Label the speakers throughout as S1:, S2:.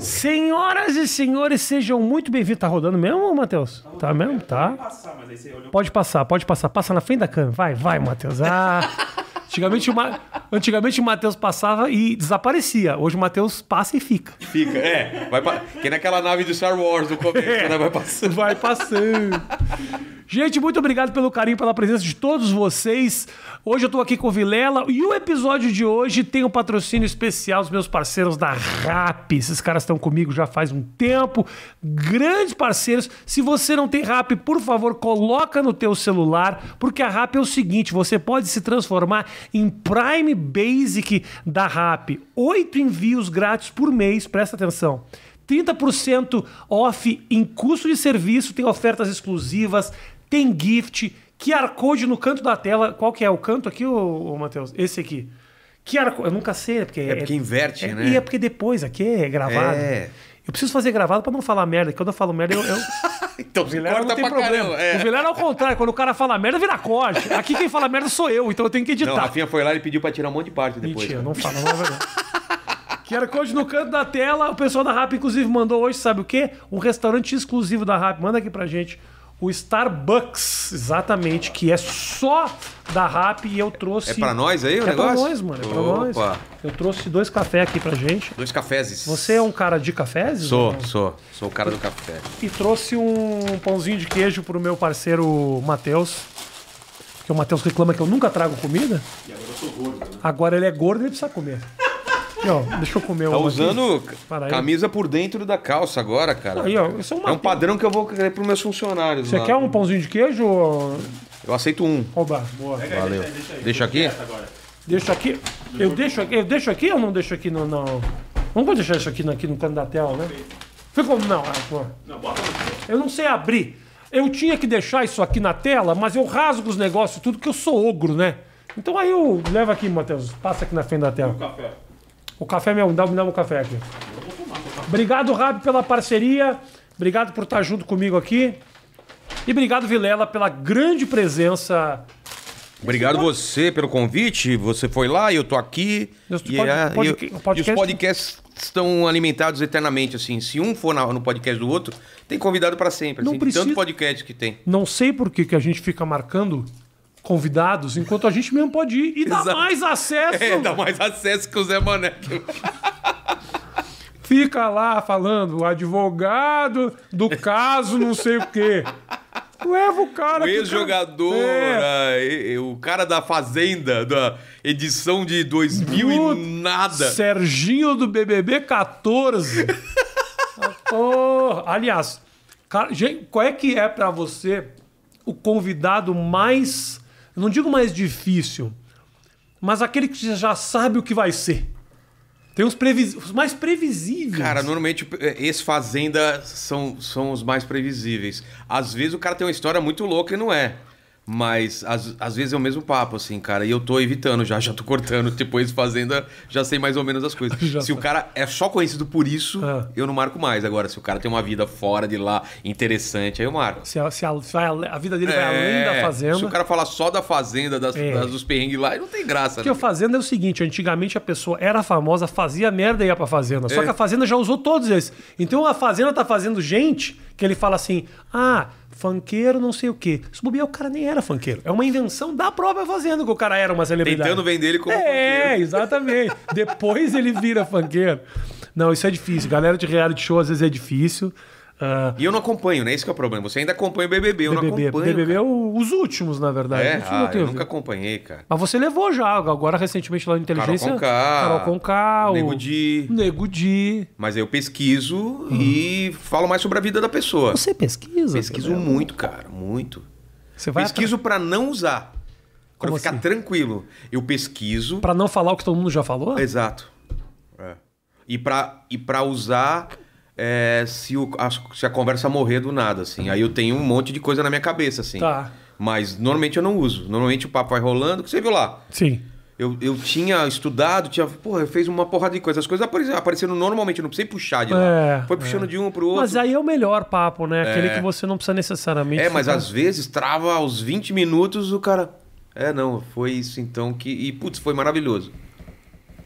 S1: Senhoras e senhores, sejam muito bem-vindos. Tá rodando mesmo, Matheus? Tá mesmo? Tá.
S2: passar, mas aí você olhou.
S1: Pode passar, pode passar. Passa na frente da câmera. Vai, vai, Matheus. Ah. Antigamente, o Ma- Antigamente o Matheus passava e desaparecia. Hoje o Matheus passa e fica.
S2: Fica, é. Vai pa... Que naquela nave do Star Wars do começo,
S1: É.
S2: né? Vai passando.
S1: Vai passando. Gente, muito obrigado pelo carinho, pela presença de todos vocês. Hoje eu tô aqui com o Vilela e o episódio de hoje tem um patrocínio especial dos meus parceiros da RAP. Esses caras estão comigo já faz um tempo. Grandes parceiros. Se você não tem RAP, por favor, coloca no teu celular, porque a RAP é o seguinte, você pode se transformar em Prime Basic da RAP. Oito envios grátis por mês, presta atenção. 30% off em custo de serviço, tem ofertas exclusivas, tem gift, QR Code no canto da tela. Qual que é o canto aqui, ô, ô Matheus? Esse aqui. QR Code, eu nunca sei, é porque... É
S2: porque inverte,
S1: é-
S2: né?
S1: E é porque depois aqui é gravado.
S2: É.
S1: Eu preciso fazer gravado pra não falar merda, que quando eu falo merda eu... eu...
S2: Então, você
S1: Vilela
S2: corta
S1: não tem
S2: pra
S1: problema.
S2: caramba. É.
S1: O Vilela é ao contrário, quando o cara fala merda, vira corte. Aqui quem fala merda sou eu, então eu tenho que editar.
S2: Não, a Rafinha foi lá e pediu pra tirar um monte de parte depois.
S1: Mentira, não fala, não é verdade. QR Code no canto da tela. O pessoal da RAP, inclusive, mandou hoje, sabe o quê? Um restaurante exclusivo da RAP. Manda aqui pra gente. O Starbucks, exatamente, que é só da RAP e eu trouxe.
S2: É pra nós aí o
S1: é
S2: negócio?
S1: pra nós, mano. É pra nós.
S2: Opa.
S1: Eu trouxe dois cafés aqui pra gente.
S2: Dois cafés.
S1: Você é um cara de cafés?
S2: Sou,
S1: Não?
S2: sou. Sou o cara do café.
S1: E trouxe um pãozinho de queijo pro meu parceiro Matheus. Porque o Matheus reclama que eu nunca trago comida. E agora eu sou gordo. Agora ele é gordo e ele precisa comer. Aqui, ó, deixa eu comer
S2: Tá
S1: uma aqui.
S2: usando
S1: Para aí.
S2: camisa por dentro da calça agora, cara.
S1: Aí, ó, isso é uma-
S2: um padrão que eu vou querer pros meus funcionários.
S1: Você
S2: lá.
S1: quer um pãozinho de queijo? ô-
S2: Eu aceito um.
S1: Oba, boa.
S2: Valeu. Deixa aqui?
S1: Deixa aqui. Eu deixo aqui, eu deixo aqui ou não deixo aqui no. no... Não vou deixar isso aqui, no- aqui no canto da tela, né? Ficou. Não, ah, pô. Eu não sei abrir. Eu tinha que deixar isso aqui na tela, mas eu rasgo os negócios tudo, que eu sou ogro, né? Então aí eu levo aqui, Matheus. Passa aqui na frente da tela. O café. O café meu, me dá, me dá um café aqui. Obrigado, Rabi, pela parceria. Obrigado por estar junto comigo aqui. E obrigado, Vilela, pela grande presença
S2: Obrigado você pelo convite. Você foi lá, eu tô aqui.
S1: Deus, tu
S2: e,
S1: pode-
S2: é,
S1: pode-
S2: e-
S1: o
S2: e
S1: um podcast-
S2: os podcasts estão alimentados eternamente, assim. Se um for na- no podcast do outro, tem convidado pra sempre.
S1: Não
S2: assim, de
S1: precisa-
S2: Tanto podcast que tem.
S1: Não sei por que, que a gente fica marcando convidados enquanto a gente mesmo pode ir. E dá
S2: Exato.
S1: mais acesso.
S2: É, dá mais acesso que o Zé Mané.
S1: Fica lá falando, o advogado do caso, não sei o quê. Leva o cara.
S2: O
S1: que-
S2: ex-jogador,
S1: É.
S2: ah, e- e o cara da Fazenda, da edição de 2000
S1: Puta,
S2: e nada.
S1: Serginho do BBB 14. Ah, Porra. Aliás, cara, gente, qual é que é pra você o convidado mais, eu não digo mais difícil, mas aquele que você já sabe o que vai ser? Tem os, previs... os mais previsíveis.
S2: Cara, normalmente eh, esses Fazenda são, são os mais previsíveis. Às vezes o cara tem uma história muito louca e não é. Mas às, às vezes é o mesmo papo, assim, cara. E eu tô evitando já, já tô cortando. Tipo, esse Fazenda, já sei mais ou menos as coisas.
S1: Já
S2: Se o
S1: tá.
S2: cara é só conhecido por isso,
S1: Ah.
S2: eu não marco mais. Agora, se o cara tem uma vida fora de lá, interessante, aí eu marco.
S1: Se a, se a- se a- a vida dele vai
S2: É,
S1: além da fazenda.
S2: Se o cara falar só da Fazenda, das,
S1: É.
S2: das- dos perrengues lá, aí não tem graça,
S1: Porque a
S2: né?
S1: Fazenda é o seguinte, antigamente a pessoa era famosa, fazia merda e ia pra Fazenda.
S2: É.
S1: Só que a Fazenda já usou todos esses. Então a Fazenda tá fazendo gente que ele fala assim, ah, funkeiro não sei o quê. Se bobear, o cara nem era funkeiro. É uma invenção da própria Fazenda que o cara era uma celebridade.
S2: Tentando vender ele como
S1: É,
S2: funkeiro.
S1: exatamente. Depois ele vira funkeiro. Não, isso é difícil. Galera de reality show às vezes é difícil. Ah,
S2: E eu não acompanho, né? Esse que é o problema. Você ainda acompanha o BBB, eu não
S1: BBB,
S2: acompanho.
S1: BBB
S2: cara.
S1: é o- os últimos, na verdade.
S2: É,
S1: Os últimos
S2: ah,
S1: tenho
S2: eu
S1: visto.
S2: nunca acompanhei, cara.
S1: Mas você levou já, agora recentemente lá na inteligência.
S2: Conká,
S1: Conká, o
S2: Nego Di.
S1: Nego Di.
S2: Mas eu pesquiso
S1: Hum.
S2: e falo mais sobre a vida da pessoa.
S1: Você pesquisa?
S2: Pesquiso
S1: Gabriel?
S2: muito, cara, muito.
S1: Você vai
S2: pesquiso pra não usar. Pra
S1: Como
S2: eu ficar
S1: assim?
S2: tranquilo. Eu pesquiso.
S1: para não falar o que todo mundo já falou?
S2: Exato. É. E pra e pra usar é, se, o- a, se a conversa morrer do nada, assim. Aí eu tenho um monte de coisa na minha cabeça, assim.
S1: Tá.
S2: Mas normalmente eu não uso. Normalmente o papo vai rolando, que você viu lá.
S1: Sim.
S2: Eu, eu tinha estudado, tinha. Porra, eu fiz uma porrada de coisas. As coisas apare- apareceram normalmente, eu não precisei puxar de
S1: É,
S2: lá. Foi puxando
S1: é.
S2: de um pro outro.
S1: Mas aí é o melhor papo, né? Aquele que você não precisa necessariamente.
S2: é, mas
S1: ficar-
S2: às vezes trava aos 20 minutos o cara. É, não, foi isso então que. E putz, foi maravilhoso.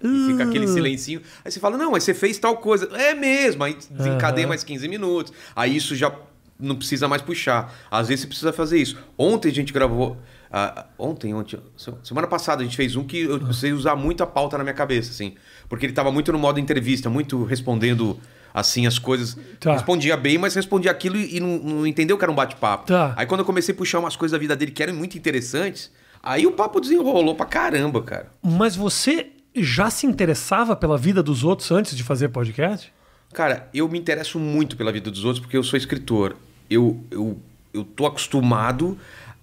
S2: E fica aquele
S1: Ah.
S2: silencinho. Aí você fala, não, mas você fez tal coisa. É mesmo. Aí desencadeia mais 15 minutos. Aí isso já não precisa mais puxar. Às vezes você precisa fazer isso. Ontem a gente gravou. ah, ontem, ontem. se- Semana passada a gente fez um que eu precisei usar muito a pauta na minha cabeça, assim. Porque ele tava muito no modo entrevista, muito respondendo. Assim, as coisas.
S1: Tá.
S2: Respondia bem, mas respondia aquilo e e não, não entendeu que era um bate-papo.
S1: Tá.
S2: Aí quando eu comecei a puxar umas coisas da vida dele que eram muito interessantes, aí o papo desenrolou pra caramba, cara.
S1: Mas você já se interessava pela vida dos outros antes de fazer podcast?
S2: Cara, eu me interesso muito pela vida dos outros porque eu sou escritor. Eu, eu, eu tô acostumado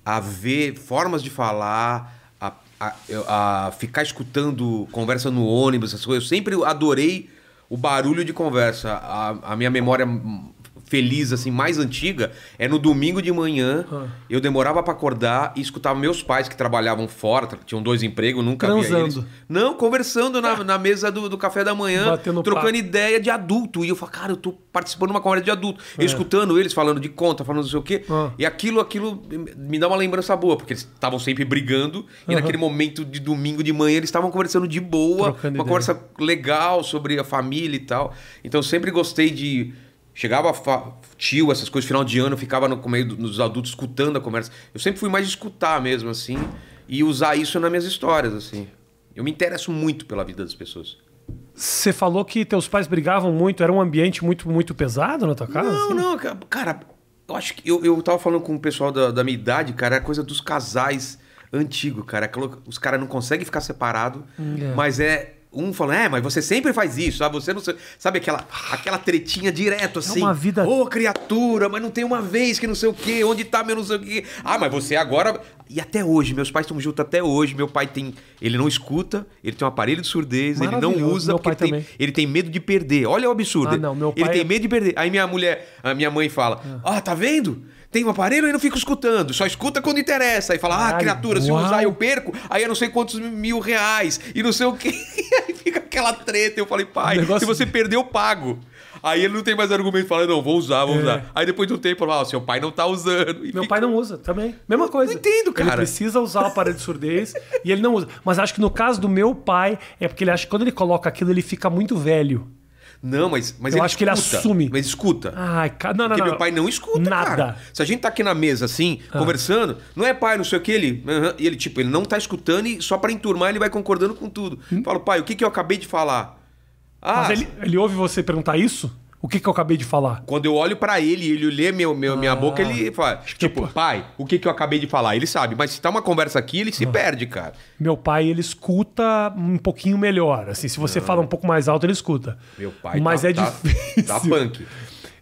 S2: a ver formas de falar, a, a, eu- a ficar escutando conversa no ônibus, essas coisas. Eu sempre adorei o barulho de conversa. A, a minha memória hum, feliz, assim, mais antiga, é no domingo de manhã.
S1: Ah.
S2: Eu demorava pra acordar e escutava meus pais que trabalhavam fora, tra- tinham dois empregos, nunca via eles.
S1: Transando. Ah.
S2: Não, conversando na, na mesa do, do café da manhã,
S1: Batendo
S2: trocando
S1: papo.
S2: ideia de adulto. E eu falo, cara, eu tô participando de uma conversa de adulto. Eu escutando eles falando de conta, falando não sei o quê.
S1: É. Ah.
S2: E aquilo, aquilo me dá uma lembrança boa, porque eles estavam sempre brigando. E naquele momento de domingo de manhã, eles estavam conversando de boa.
S1: Trocando ideia.
S2: uma conversa legal sobre a família e tal. Então eu sempre gostei de. Chegava fa- tio, essas coisas, final de ano, eu ficava no meio do- dos adultos escutando a conversa. Eu sempre fui mais de escutar mesmo, assim, e usar isso nas minhas histórias, assim. Eu me interesso muito pela vida das pessoas.
S1: Você falou que teus pais brigavam muito, era um ambiente muito, muito pesado na tua casa?
S2: Não,
S1: assim?
S2: não, ca- cara, eu acho que eu, eu tava falando com o pessoal da, da minha idade, cara, é coisa dos casais antigo, cara. Aquela- Os caras não conseguem ficar separado,
S1: é.
S2: mas é um falando, é, mas você sempre faz isso, sabe? Você não se- sabe aquela aquela tretinha direto assim.
S1: É uma vida-
S2: Ô, criatura, mas não tem uma vez que não sei o quê, onde tá meu não sei o quê. Ah, mas você agora e até hoje, meus pais estão juntos até hoje. Meu pai tem, ele não escuta, ele tem um aparelho de surdez, ele não
S1: Maravilhoso,
S2: usa
S1: meu
S2: porque
S1: pai
S2: tem-
S1: também.
S2: ele tem medo de perder. Olha o absurdo.
S1: Ah, não, meu
S2: ele
S1: pai
S2: tem
S1: é-
S2: medo de perder. Aí minha mulher, a minha mãe fala: Ah, tá vendo? Tem um aparelho e não fico escutando, só escuta quando interessa. Aí fala: Ah,
S1: Caralho,
S2: criatura, se eu
S1: uau.
S2: usar eu perco, aí eu não sei quantos mil reais e não sei o quê. Aí fica aquela treta. Eu falei: Pai,
S1: O Um negócio-
S2: se você perder, eu pago. Aí ele não tem mais argumento, fala: Não, vou usar, vou
S1: É.
S2: usar. Aí depois de um tempo, fala: Ah, seu pai não tá usando. E
S1: Meu
S2: fica-
S1: pai não usa também. Mesma coisa.
S2: Não entendo, cara.
S1: Ele precisa usar o aparelho de surdez e ele não usa. Mas acho que no caso do meu pai, é porque ele acha que quando ele coloca aquilo, ele fica muito velho.
S2: Não, mas, mas
S1: Eu acho que ele assume.
S2: Mas escuta.
S1: Ai, cara. Não, não,
S2: Porque
S1: não.
S2: meu pai não escuta,
S1: Nada. Ah.
S2: cara. Se a gente tá aqui na mesa, assim, conversando, não é pai, não sei o que, ele... aham, e ele, tipo, ele não tá escutando e só pra enturmar ele vai concordando com tudo. Falo, pai, o que que eu acabei de falar? Ah,
S1: Hum. Mas ele, ele ouve você perguntar isso? O que, que eu acabei de falar?
S2: quando eu olho pra ele e ele lê meu, meu- minha boca, ele fala,
S1: Ah, que
S2: tipo,
S1: eu-
S2: pai, o que que eu acabei de falar? Ele sabe, mas se tá uma conversa aqui, ele
S1: Ah.
S2: se perde, cara.
S1: Meu pai, ele escuta um pouquinho melhor. Assim, se você fala um pouco mais alto, ele escuta.
S2: Ah. Meu pai
S1: Mas
S2: tá,
S1: é
S2: tá-
S1: difícil.
S2: Tá, punk.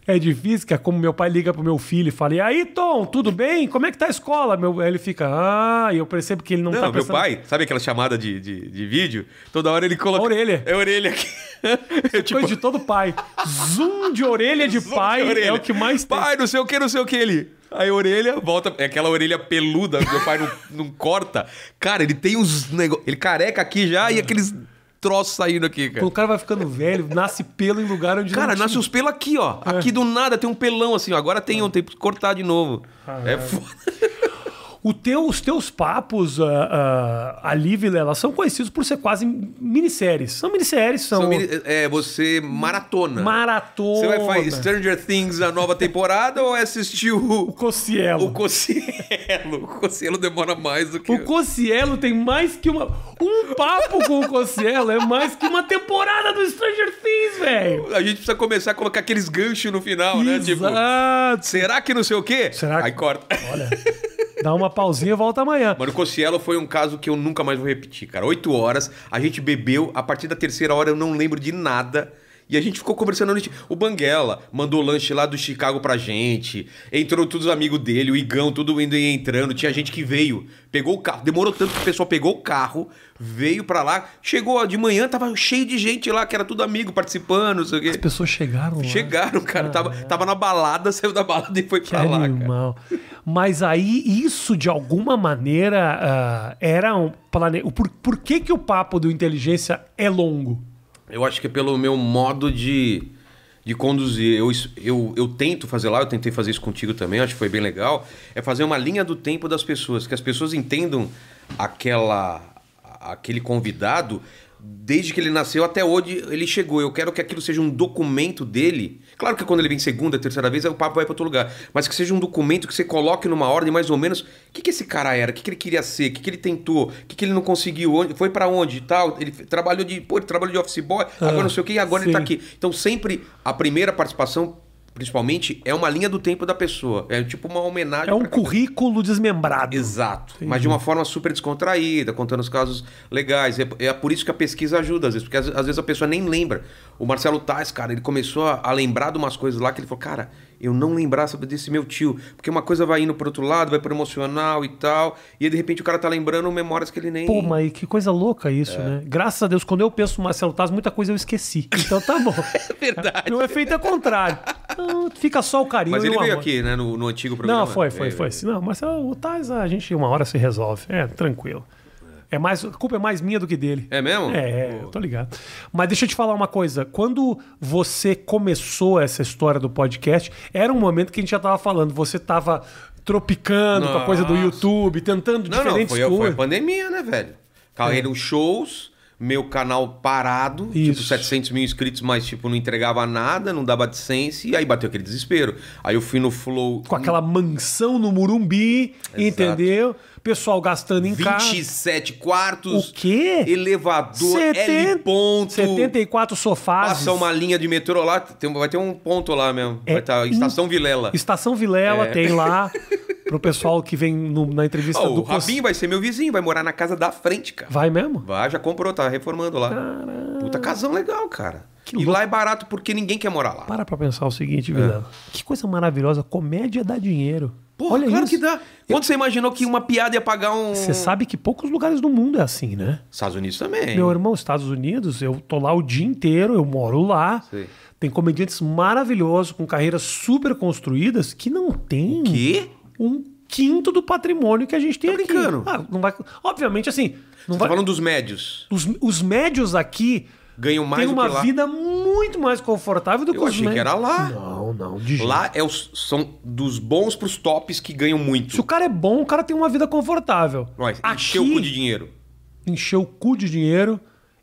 S1: É difícil, que é como meu pai liga pro meu filho e fala: E aí, Tom, tudo bem? Como é que tá a escola? Meu, aí ele fica, ah, e eu percebo que ele não,
S2: Não,
S1: tá
S2: meu
S1: prestando-
S2: pai, sabe aquela chamada de, de, de vídeo? Toda hora ele coloca...
S1: A orelha.
S2: É a orelha aqui. Eu, tipo,
S1: Coisa de todo pai. Zoom de orelha de
S2: Zoom
S1: pai
S2: de orelha.
S1: é o que mais tem.
S2: Pai, não sei o que, não sei o que ele. Aí a orelha volta, é aquela orelha peluda, meu pai não, não corta. Cara, ele tem uns negócios. Ele careca aqui já e aqueles troços saindo aqui, cara.
S1: Quando o cara vai ficando velho, nasce pelo em lugar onde
S2: Cara,
S1: não
S2: nasce uns pelos aqui, ó.
S1: É.
S2: Aqui do nada tem um pelão assim, ó. Agora tem um tempo que cortar de novo. É foda.
S1: O teu- os teus papos ah, ah, ali, Vilela, são conhecidos por ser quase minisséries. São minisséries, são,
S2: É, você maratona.
S1: maratona.
S2: Você vai né? fazer Stranger Things a nova temporada ou assistiu o,
S1: Cocielo.
S2: o Cocielo? O Cocielo demora mais do que.
S1: O Cocielo tem mais que uma. Um papo com o Cocielo é mais que uma temporada do Stranger Things, velho.
S2: A gente precisa começar a colocar aqueles ganchos no final, né? Tipo,
S1: Exato.
S2: será que não sei o quê?
S1: Será que-
S2: Aí corta.
S1: Olha, dá uma pausinha e volta amanhã.
S2: Mano, o Cossielo foi um caso que eu nunca mais vou repetir, cara. Oito horas, a gente bebeu, a partir da terceira hora eu não lembro de nada. E a gente ficou conversando. a noite- O Banguela mandou lanche lá do Chicago pra gente. Entrou todos os amigos dele, o Igão, tudo indo e entrando. Tinha gente que veio, pegou o carro. Demorou tanto que o pessoal pegou o carro, veio pra lá. Chegou ó, de manhã, tava cheio de gente lá, que era tudo amigo, participando, não sei o quê.
S1: As pessoas chegaram lá.
S2: Chegaram,
S1: ah,
S2: cara. Tava,
S1: é.
S2: tava na balada, saiu da balada e foi
S1: Que
S2: pra lá, cara.
S1: animal. Mas aí, isso de alguma maneira ah, era um plane... o por, por que, que o papo do inteligência é longo?
S2: Eu acho que é pelo meu modo de, de conduzir. Eu, es- eu, eu tento fazer lá, eu tentei fazer isso contigo também, acho que foi bem legal. É fazer uma linha do tempo das pessoas, que as pessoas entendam aquela. a- aquele convidado, desde que ele nasceu até hoje, ele chegou. Eu quero que aquilo seja um documento dele. Claro que quando ele vem segunda, terceira vez, aí o papo vai para outro lugar. Mas que seja um documento que você coloque numa ordem mais ou menos. O que, que esse cara era? O que, que ele queria ser? O que, que ele tentou? O que, que ele não conseguiu? Onde, foi para onde e tal? Ele f- trabalhou de. Pô, ele trabalhou de office boy, agora não sei o que, e agora ele tá
S1: Ah, sim.
S2: aqui. Então sempre a primeira participação. Principalmente é uma linha do tempo da pessoa. É tipo uma homenagem.
S1: É um
S2: pra-
S1: currículo desmembrado.
S2: Exato. Mas de uma forma super descontraída, contando os casos legais. É, é por isso que a pesquisa ajuda, às vezes, porque às, às vezes a pessoa nem lembra. O Marcelo Tais, cara, ele começou a, a lembrar de umas coisas lá que ele falou, cara, eu não lembrava desse meu tio. Porque uma coisa vai indo pro outro lado, vai pro emocional e tal. E aí, de repente o cara tá lembrando memórias que ele nem.
S1: Pô, mas que coisa louca isso,
S2: É.
S1: né? Graças a Deus, quando eu penso no Marcelo Taz, muita coisa eu esqueci. Então tá bom. é
S2: verdade.
S1: Meu efeito é contrário. Então, fica só o carinho
S2: Mas
S1: e
S2: ele
S1: o
S2: veio
S1: amor.
S2: aqui, né, no, no antigo programa.
S1: Não, foi, foi,
S2: É,
S1: foi. Não, Marcelo, o Taz, a gente uma hora se resolve. É, tranquilo. É mais, a culpa é mais minha do que dele.
S2: É mesmo?
S1: É, é, eu tô ligado. Mas deixa eu te falar uma coisa. Quando você começou essa história do podcast, era um momento que a gente já tava falando. Você tava tropicando com a coisa do
S2: Nossa.
S1: YouTube, tentando
S2: Não, não,
S1: diferentes
S2: foi, foi
S1: coisas.
S2: pandemia, né, velho? Caíram shows, meu canal parado,
S1: É. Isso.
S2: tipo 700 mil inscritos, mas tipo não entregava nada, não dava AdSense, e aí bateu aquele desespero. Aí eu fui no Flow
S1: com aquela mansão no Murumbi, entendeu? Pessoal gastando em casa.
S2: 27 quartos,
S1: O quê?
S2: elevador, L ponto,
S1: 74 sofás.
S2: passa uma linha de metrô lá, tem- vai ter um ponto lá mesmo,
S1: É
S2: vai estar Estação Vilela.
S1: Estação Vilela
S2: É.
S1: tem lá. Pro pessoal que vem no- na entrevista
S2: Ó,
S1: é do
S2: o
S1: Cos-
S2: Rabinho vai ser meu vizinho, vai morar na casa da frente, cara.
S1: Vai mesmo?
S2: Vai, já comprou, tá reformando lá. Puta casão legal, cara.
S1: Que
S2: e lá é barato porque ninguém quer morar lá.
S1: Para pra pensar o seguinte, Vilela. Que coisa maravilhosa. Comédia dá dinheiro.
S2: É. Porra,
S1: Olha
S2: claro
S1: isso.
S2: que dá. Quando você imaginou que uma piada ia pagar um.
S1: Você sabe que poucos lugares do mundo é assim, né?
S2: Estados Unidos também.
S1: Meu irmão, Estados Unidos, eu tô lá o dia inteiro, eu moro lá.
S2: Sei.
S1: Tem comediantes maravilhosos, com carreiras super construídas, que não tem
S2: Quê?
S1: um quinto do patrimônio que a gente tem aqui.
S2: brincando?
S1: Ah, não vai... Obviamente, assim, não
S2: Você
S1: vai...
S2: tá falando dos médios.
S1: os, os médios aqui
S2: Ganham mais
S1: têm
S2: do que
S1: uma
S2: lá.
S1: vida muito mais confortável do que
S2: Eu
S1: os
S2: achei que
S1: médios.
S2: era lá.
S1: Não, não, de jeito.
S2: Lá é os- são dos bons pros tops que ganham
S1: Se o
S2: muito.
S1: cara é bom, o cara tem uma vida confortável.
S2: Mas
S1: Aqui,
S2: encheu o cu de dinheiro.
S1: encher o cu de dinheiro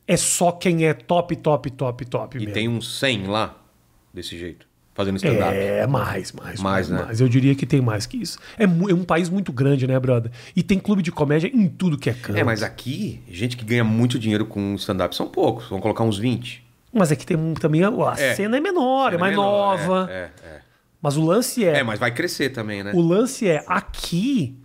S1: é só quem é top, top, top, top
S2: E
S1: mesmo.
S2: tem uns 100 lá, desse jeito, fazendo stand-up.
S1: É, mais, mais, mais, mais,
S2: Mais, né?
S1: Eu diria que tem mais que isso. É, mu- é um país muito grande, né, brother? E tem clube de comédia em tudo que é canto.
S2: É, mas aqui, gente que ganha muito dinheiro com stand-up são poucos. Vamos colocar uns 20.
S1: Mas é que tem um- também... A a
S2: É.
S1: cena é menor, é mais
S2: menor,
S1: nova.
S2: É, é,
S1: Mas o lance é...
S2: é. É, mas vai crescer também, né?
S1: O lance é, aqui,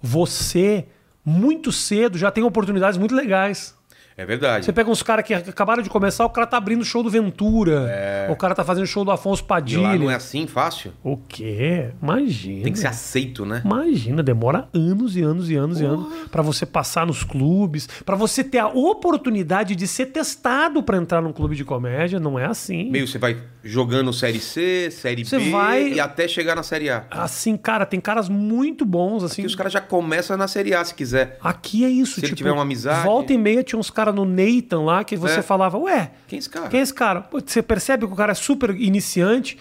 S1: você, muito cedo, já tem oportunidades muito legais.
S2: É verdade.
S1: Você pega uns caras que acabaram de começar, o cara tá abrindo o show do Ventura. O cara tá fazendo o show do Afonso
S2: E É. lá
S1: Padilha.
S2: não é assim fácil.
S1: O quê? Imagina.
S2: Tem que ser aceito, né?
S1: Imagina, demora anos e anos e anos e anos pra você passar nos clubes, pra você ter a oportunidade de ser testado pra entrar num clube de comédia, não é assim.
S2: Meio você vai jogando série C, série
S1: Você
S2: B
S1: vai-
S2: e até chegar na série A.
S1: Assim, cara, tem caras muito bons assim.
S2: E os caras já começam na série A se quiser.
S1: Aqui é isso,
S2: Se ele
S1: tipo,
S2: tiver uma amizade-
S1: volta e meia tinha uns caras no Nathan lá que você
S2: É.
S1: falava, ué,
S2: Quem é esse cara?
S1: quem é esse cara? Pô, Você percebe que o cara é super iniciante,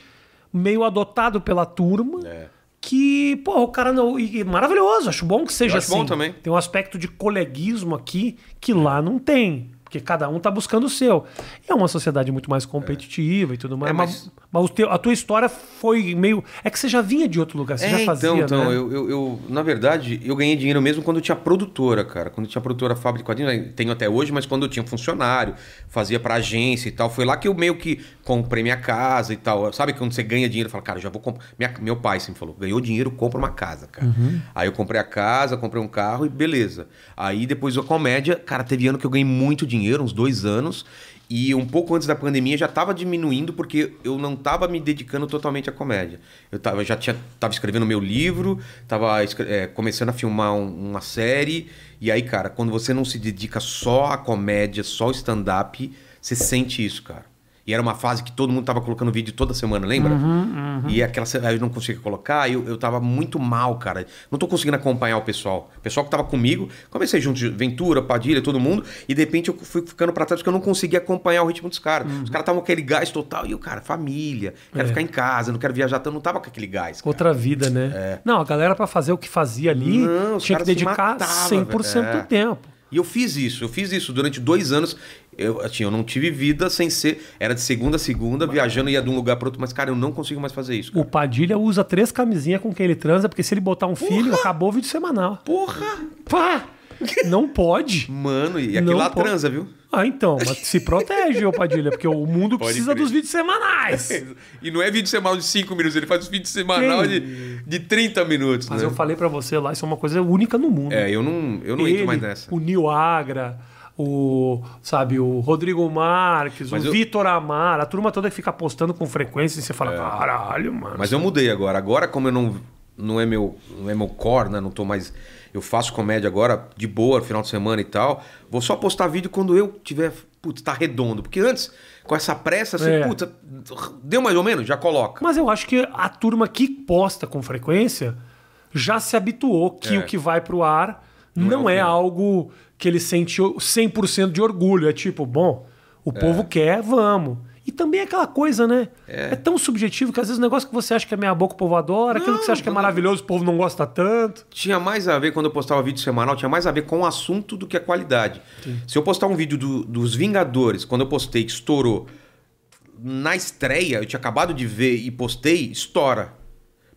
S1: meio adotado pela turma.
S2: É.
S1: Que, pô, o cara não. E, e maravilhoso, acho bom que seja
S2: Eu acho
S1: assim.
S2: bom também.
S1: Tem um aspecto de coleguismo aqui que lá não tem. Porque cada um tá buscando o seu. É uma sociedade muito mais competitiva e tudo mais.
S2: É,
S1: mas
S2: mas-
S1: mas o teu- a tua história foi meio. É que você já vinha de outro lugar, você já
S2: É,
S1: fazia.
S2: então, então
S1: né?
S2: eu, eu, eu- na verdade, eu ganhei dinheiro mesmo quando eu tinha produtora, cara. Quando eu tinha produtora Fábio de Quadrinhos, né, tenho até hoje, mas quando eu tinha funcionário, fazia pra agência e tal, foi lá que eu meio que comprei minha casa e tal. Sabe quando você ganha dinheiro, fala, cara, eu já vou comprar. Minha- meu pai sempre falou, ganhou dinheiro, compra uma casa, cara.
S1: Uhum.
S2: Aí eu comprei a casa, comprei um carro e beleza. Aí depois da comédia, cara, teve ano que eu ganhei muito dinheiro, uns dois anos. E um pouco antes da pandemia já tava diminuindo porque eu não tava me dedicando totalmente à comédia. Eu tava, já tinha, tava escrevendo meu livro, tava escre- eh, começando a filmar um- uma série. E aí, cara, quando você não se dedica só à comédia, só ao stand-up, você sente isso, cara. E era uma fase que todo mundo tava colocando vídeo toda semana, lembra?
S1: Uhum,
S2: E aquela se- aí eu não conseguia colocar, eu, eu tava muito mal, cara. Não tô conseguindo acompanhar o pessoal. O pessoal que tava comigo, comecei junto de Ventura, Padilha, todo mundo, e de repente eu fui ficando pra trás porque eu não conseguia acompanhar o ritmo dos caras.
S1: Uhum.
S2: Os caras estavam com aquele gás total, e eu, cara, família, quero ficar em casa, não quero viajar tanto, não tava com aquele gás. cara.
S1: É. Outra vida, né? Não, a galera pra fazer o que fazia ali
S2: É. Não, os
S1: tinha que
S2: caras se
S1: dedicar
S2: matava,
S1: 100% do
S2: velho. É.
S1: tempo.
S2: E eu fiz isso, eu fiz isso durante dois anos. Eu, assim, eu não tive vida sem ser. Era de segunda a segunda, viajando, ia de um lugar para outro, mas, cara, eu não consigo mais fazer isso.
S1: O Padilha usa três camisinhas com quem ele transa, porque se ele botar um filho, acabou o vídeo semanal.
S2: Porra!
S1: Pá! Não pode.
S2: Mano, e aquilo
S1: Não
S2: lá
S1: po-
S2: transa, viu?
S1: Ah, então, mas se protege, ô Padilha, porque o mundo
S2: Pode
S1: precisa
S2: crer.
S1: dos vídeos semanais.
S2: E não é vídeo semanal de 5 minutos, ele faz os vídeos semanal
S1: Quem?
S2: de, de 30 minutos,
S1: Mas
S2: né?
S1: eu falei pra você lá, isso é uma coisa única no mundo.
S2: É, eu não, eu não
S1: Ele,
S2: entro mais nessa.
S1: O Nil Agra, o, sabe, o Rodrigo Marques,
S2: Mas
S1: o
S2: eu-
S1: Vitor Amar, a turma toda que fica postando com frequência e você
S2: É.
S1: fala, caralho, mano.
S2: Mas eu mudei agora. Agora, como eu não, não, é meu, não é meu core, né? Não tô mais. Eu faço comédia agora de boa, final de semana e tal. Vou só postar vídeo quando eu tiver. Putz, tá redondo. Porque antes, com essa pressa, você,
S1: É.
S2: puta, deu mais ou menos? Já coloca.
S1: Mas eu acho que a turma que posta com frequência já se habituou que
S2: É.
S1: o que vai pro ar não, é,
S2: é o que-
S1: algo que ele sente o- 100% de orgulho. É tipo, bom,
S2: É.
S1: o povo quer, vamos. E também é aquela coisa, né? É. tão subjetivo que às vezes o negócio que você acha que é meia boca, o povo adora, aquilo que você acha que é maravilhoso, o povo não gosta tanto.
S2: tinha mais a ver, quando eu postava vídeo semanal, tinha mais a ver com o assunto do que a qualidade. Se eu postar um vídeo do- dos Vingadores, quando eu postei que estourou na estreia, eu tinha acabado de ver e postei, estoura.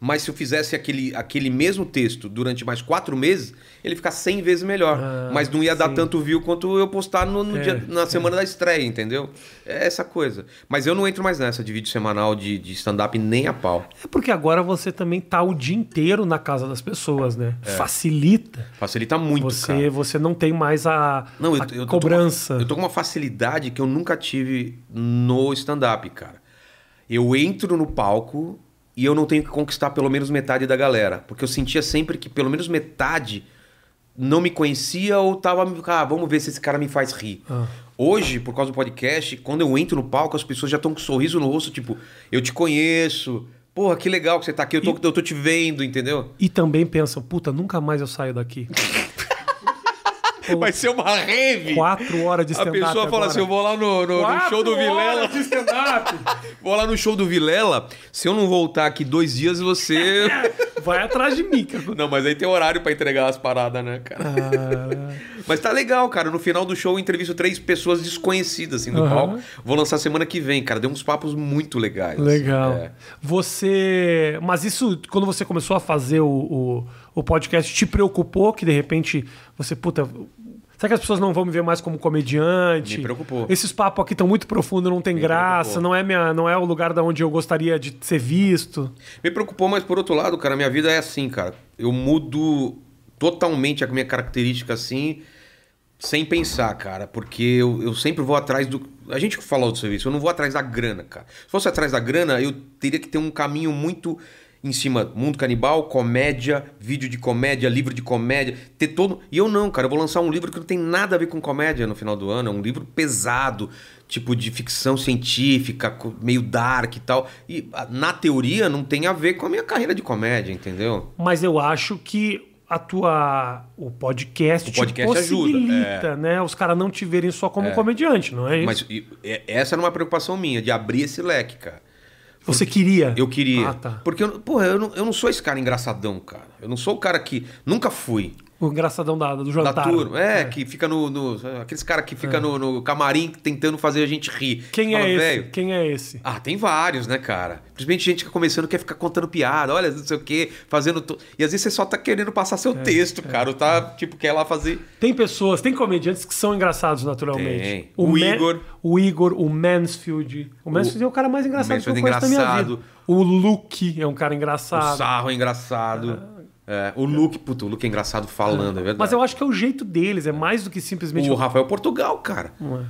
S2: Mas se eu fizesse aquele, aquele mesmo texto durante mais quatro meses, ele fica 100 vezes melhor. mas não ia dar tanto view quanto eu postar no, no
S1: Ah, É,
S2: dia- na semana da estreia, entendeu? É essa coisa. Mas eu não entro mais nessa de vídeo semanal de, de stand-up nem a pau.
S1: É porque agora você também tá o dia inteiro na casa das pessoas, né? Facilita.
S2: Facilita É. muito, cara.
S1: Você, você não tem mais a,
S2: Não, eu,
S1: a
S2: eu tô com uma-
S1: cobrança.
S2: eu tô com uma facilidade que eu nunca tive no stand-up, cara. Eu entro no palco e eu não tenho que conquistar pelo menos metade da galera. Porque eu sentia sempre que pelo menos metade não me conhecia ou tava. Ah, vamos ver se esse cara me faz rir.
S1: Ah.
S2: Hoje, por causa do podcast, quando eu entro no palco, as pessoas já estão com um sorriso no rosto, tipo, eu te conheço. Porra, que legal que você tá aqui, eu tô, eu tô te vendo, entendeu?
S1: E também pensam, puta, nunca mais eu saio daqui.
S2: Vai ser uma rave!
S1: Quatro horas de
S2: A
S1: stand-up.
S2: pessoa fala
S1: agora.
S2: assim: eu vou lá no, no- no show do
S1: Quatro
S2: Vilela.
S1: horas de stand-up.
S2: Vou lá no show do Vilela. Se eu não voltar aqui dois dias, você.
S1: Vai atrás de mim. é cara.
S2: não, mas aí tem horário pra entregar as paradas, né, cara? mas tá legal, cara. No final do show eu entrevisto três pessoas desconhecidas, assim, do
S1: Aham.
S2: palco. Vou lançar semana que vem, cara. Deu uns papos muito legais. assim.
S1: Legal.
S2: É.
S1: Você. Mas isso, quando você começou a fazer o, o, o podcast, te preocupou que de repente você, puta. Será que as pessoas não vão me ver mais como comediante?
S2: Me preocupou.
S1: Esses papos aqui estão muito profundos, não tem graça,
S2: preocupou.
S1: não é, minha, não é o lugar da onde eu gostaria de ser visto.
S2: Me preocupou, mas por outro lado, cara, minha vida é assim, cara. Eu mudo totalmente a minha característica assim, sem pensar, cara. Porque eu, eu sempre vou atrás do. A gente que falou do serviço, eu não vou atrás da grana, cara. Se fosse atrás da grana, eu teria que ter um caminho muito em cima. Mundo canibal, comédia, vídeo de comédia, livro de comédia, ter todo. E eu não, cara. Eu vou lançar um livro que não tem nada a ver com comédia no final do ano. É um livro pesado, tipo de ficção científica, co- meio dark e tal. E ah, na teoria não tem a ver com a minha carreira de comédia, entendeu?
S1: Mas eu acho que a tua o podcast,
S2: O podcast
S1: te
S2: ajuda, é.
S1: possibilita, né? Os caras não te verem só como comediante, não é isso?
S2: Mas e- e- essa era uma preocupação minha, de abrir esse leque, cara.
S1: Você queria?
S2: Eu queria.
S1: Ah, tá.
S2: Porque, eu, porra, eu não, eu não sou esse cara engraçadão, cara. Eu não sou o cara que. Nunca fui.
S1: O engraçadão da, do
S2: Da
S1: jantar.
S2: turma. É, que fica no. no- aqueles cara que fica no, no camarim tentando fazer a gente rir.
S1: É. Quem
S2: Você
S1: é
S2: fala,
S1: esse?
S2: "Velho,
S1: Quem é esse?
S2: Ah, tem vários, né, cara? Principalmente gente que tá começando quer ficar contando piada, olha, não sei o quê, fazendo. to- E às vezes você só tá querendo passar seu
S1: É,
S2: texto, cara. Ou tá, tipo, quer lá fazer.
S1: Tem pessoas, tem comediantes que são engraçados naturalmente.
S2: Tem.
S1: O,
S2: O
S1: Ma-
S2: Igor.
S1: O Igor, o Mansfield. O Mansfield é o cara mais engraçado que eu
S2: Mansfield
S1: conheço
S2: é
S1: na minha
S2: engraçado.
S1: vida. O Luke é um cara
S2: O
S1: engraçado.
S2: sarro é engraçado. É, o Luke, puto, o Luke é engraçado falando, é verdade.
S1: Mas eu acho que é o jeito deles, é mais do que simplesmente.
S2: O Rafael Portugal, cara.
S1: Não é.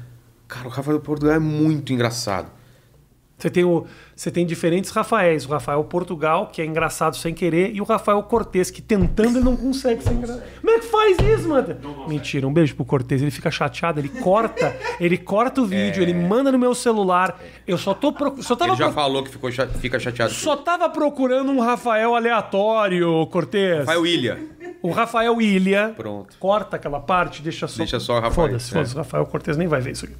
S2: Cara, o Rafael Portugal é muito engraçado.
S1: Você tem, o, você tem diferentes Rafaéis. O Rafael Portugal, que é engraçado sem querer, e o Rafael Cortez, que tentando ele não consegue ser engraçado. Como é que faz isso, mano? Mentira, um beijo pro Cortez. Ele fica chateado, ele corta, ele corta o vídeo, ele manda no meu celular. Eu só tô procu- só tava
S2: É. Ele já
S1: procu-
S2: falou que ficou cha- fica chateado.
S1: só tava procurando um Rafael aleatório, Cortez.
S2: Rafael Ilha.
S1: O Rafael Ilha.
S2: Pronto.
S1: Corta aquela parte, deixa só.
S2: Deixa só o Rafael,
S1: Foda-se,
S2: é.
S1: foda-se. O Rafael Cortez nem vai ver isso aqui.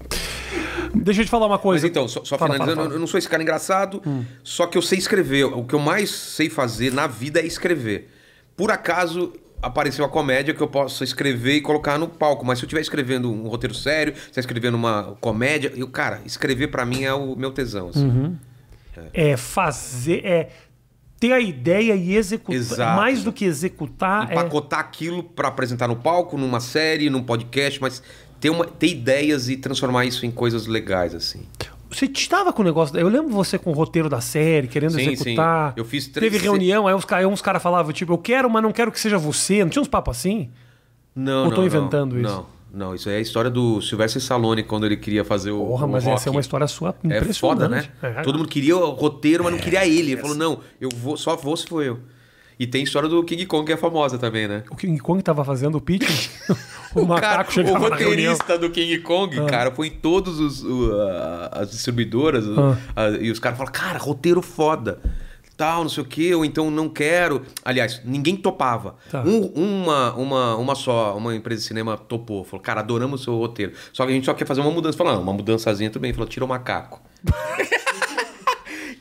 S1: Deixa eu te falar uma coisa.
S2: Mas então, só, só
S1: Fala,
S2: finalizando,
S1: fala, fala. Hum.
S2: eu não sou esse cara engraçado, só que eu sei escrever. O que eu mais sei fazer na vida é escrever. Por acaso, apareceu a comédia que eu posso escrever e colocar no palco. Mas se eu estiver escrevendo um roteiro sério, se eu estiver escrevendo uma comédia, eu, cara, escrever pra mim é o meu tesão. assim.
S1: Uhum. É fazer. É ter a ideia e executar.
S2: Exato. Um
S1: Mais do que executar. é-
S2: Empacotar aquilo pra apresentar no palco, numa série, num podcast, mas ter, uma, ter ideias e transformar isso em coisas legais, assim.
S1: Você estava com o negócio. Eu lembro você com o roteiro da série, querendo
S2: Sim,
S1: executar.
S2: sim. Eu fiz três
S1: Teve
S2: se-
S1: reunião, aí uns, ca- aí uns caras falavam, tipo, eu quero, mas não quero que seja você. Não tinha uns papos assim?
S2: Não,
S1: Ou
S2: não,
S1: tô
S2: não,
S1: inventando isso?
S2: Não, não. Isso aí é a história do Sylvester Stallone quando ele queria fazer o.
S1: Porra,
S2: o
S1: mas
S2: Um rock.
S1: essa é uma história sua
S2: É
S1: impressionante.
S2: foda, né?
S1: É.
S2: Todo mundo queria o roteiro, mas não queria ele. Ele falou, não, eu vou, só vou se for eu. E tem a história do King Kong, que é famosa também, né?
S1: O King Kong tava fazendo o pitch, o,
S2: Cara,
S1: macaco
S2: o
S1: chegava na reunião. Ah.
S2: roteirista do King Kong, cara, foi em todos os o, a- as distribuidoras o-
S1: Ah.
S2: a- e os caras falam, cara, roteiro foda. Tal, não sei o quê, ou então não quero. Aliás, ninguém topava.
S1: Tá.
S2: Um- uma, uma, uma só, uma empresa de cinema topou. Falou, cara, adoramos o seu roteiro. Só que a gente só quer fazer uma mudança. Falou, não, uma mudançazinha tudo bem. Falou, tira o macaco.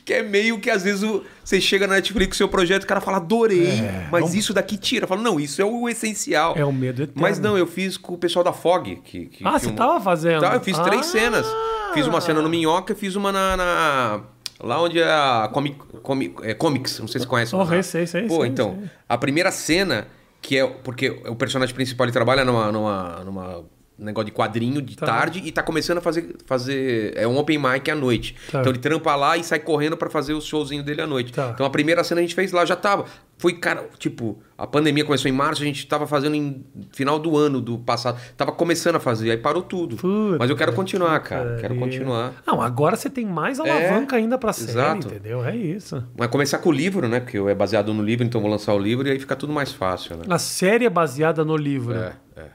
S2: Que é meio que às vezes o- você chega na Netflix, seu projeto, o cara fala, adorei, mas isso daqui tira. Fala, não, isso é o essencial.
S1: É o medo eterno.
S2: Mas não, eu fiz com o pessoal da FOG. Que, que
S1: Ah, você tava fazendo?
S2: Tá, eu fiz três
S1: Ah!
S2: cenas. Fiz uma cena no Minhoca e fiz uma na. na- Lá onde é a Comic, Comic, é, Comics, não sei se você conhece.
S1: Oh,
S2: mas-
S1: sei, sei,
S2: Pô,
S1: sei,
S2: então,
S1: sei.
S2: a primeira cena, que é. Porque o personagem principal ele trabalha numa. numa, numa negócio de quadrinho de tarde e tá começando a fazer fazer é um open mic à noite.
S1: Tá.
S2: Então ele trampa lá e sai correndo pra fazer o showzinho dele à noite.
S1: Tá.
S2: Então a primeira cena a gente fez lá já tava. Foi cara, tipo, a pandemia começou em março, a gente tava fazendo em final do ano do passado, tava começando a fazer, aí parou tudo.
S1: Puta
S2: Mas eu quero continuar, cara, quero
S1: Putaria.
S2: continuar.
S1: É.
S2: É,
S1: Não, agora você tem mais alavanca ainda pra série,
S2: exato.
S1: entendeu? É isso.
S2: Mas começar com o livro, né? Porque eu é baseado no livro, então eu vou lançar o livro e aí fica tudo mais fácil, né?
S1: A série é baseada no livro.
S2: É, é.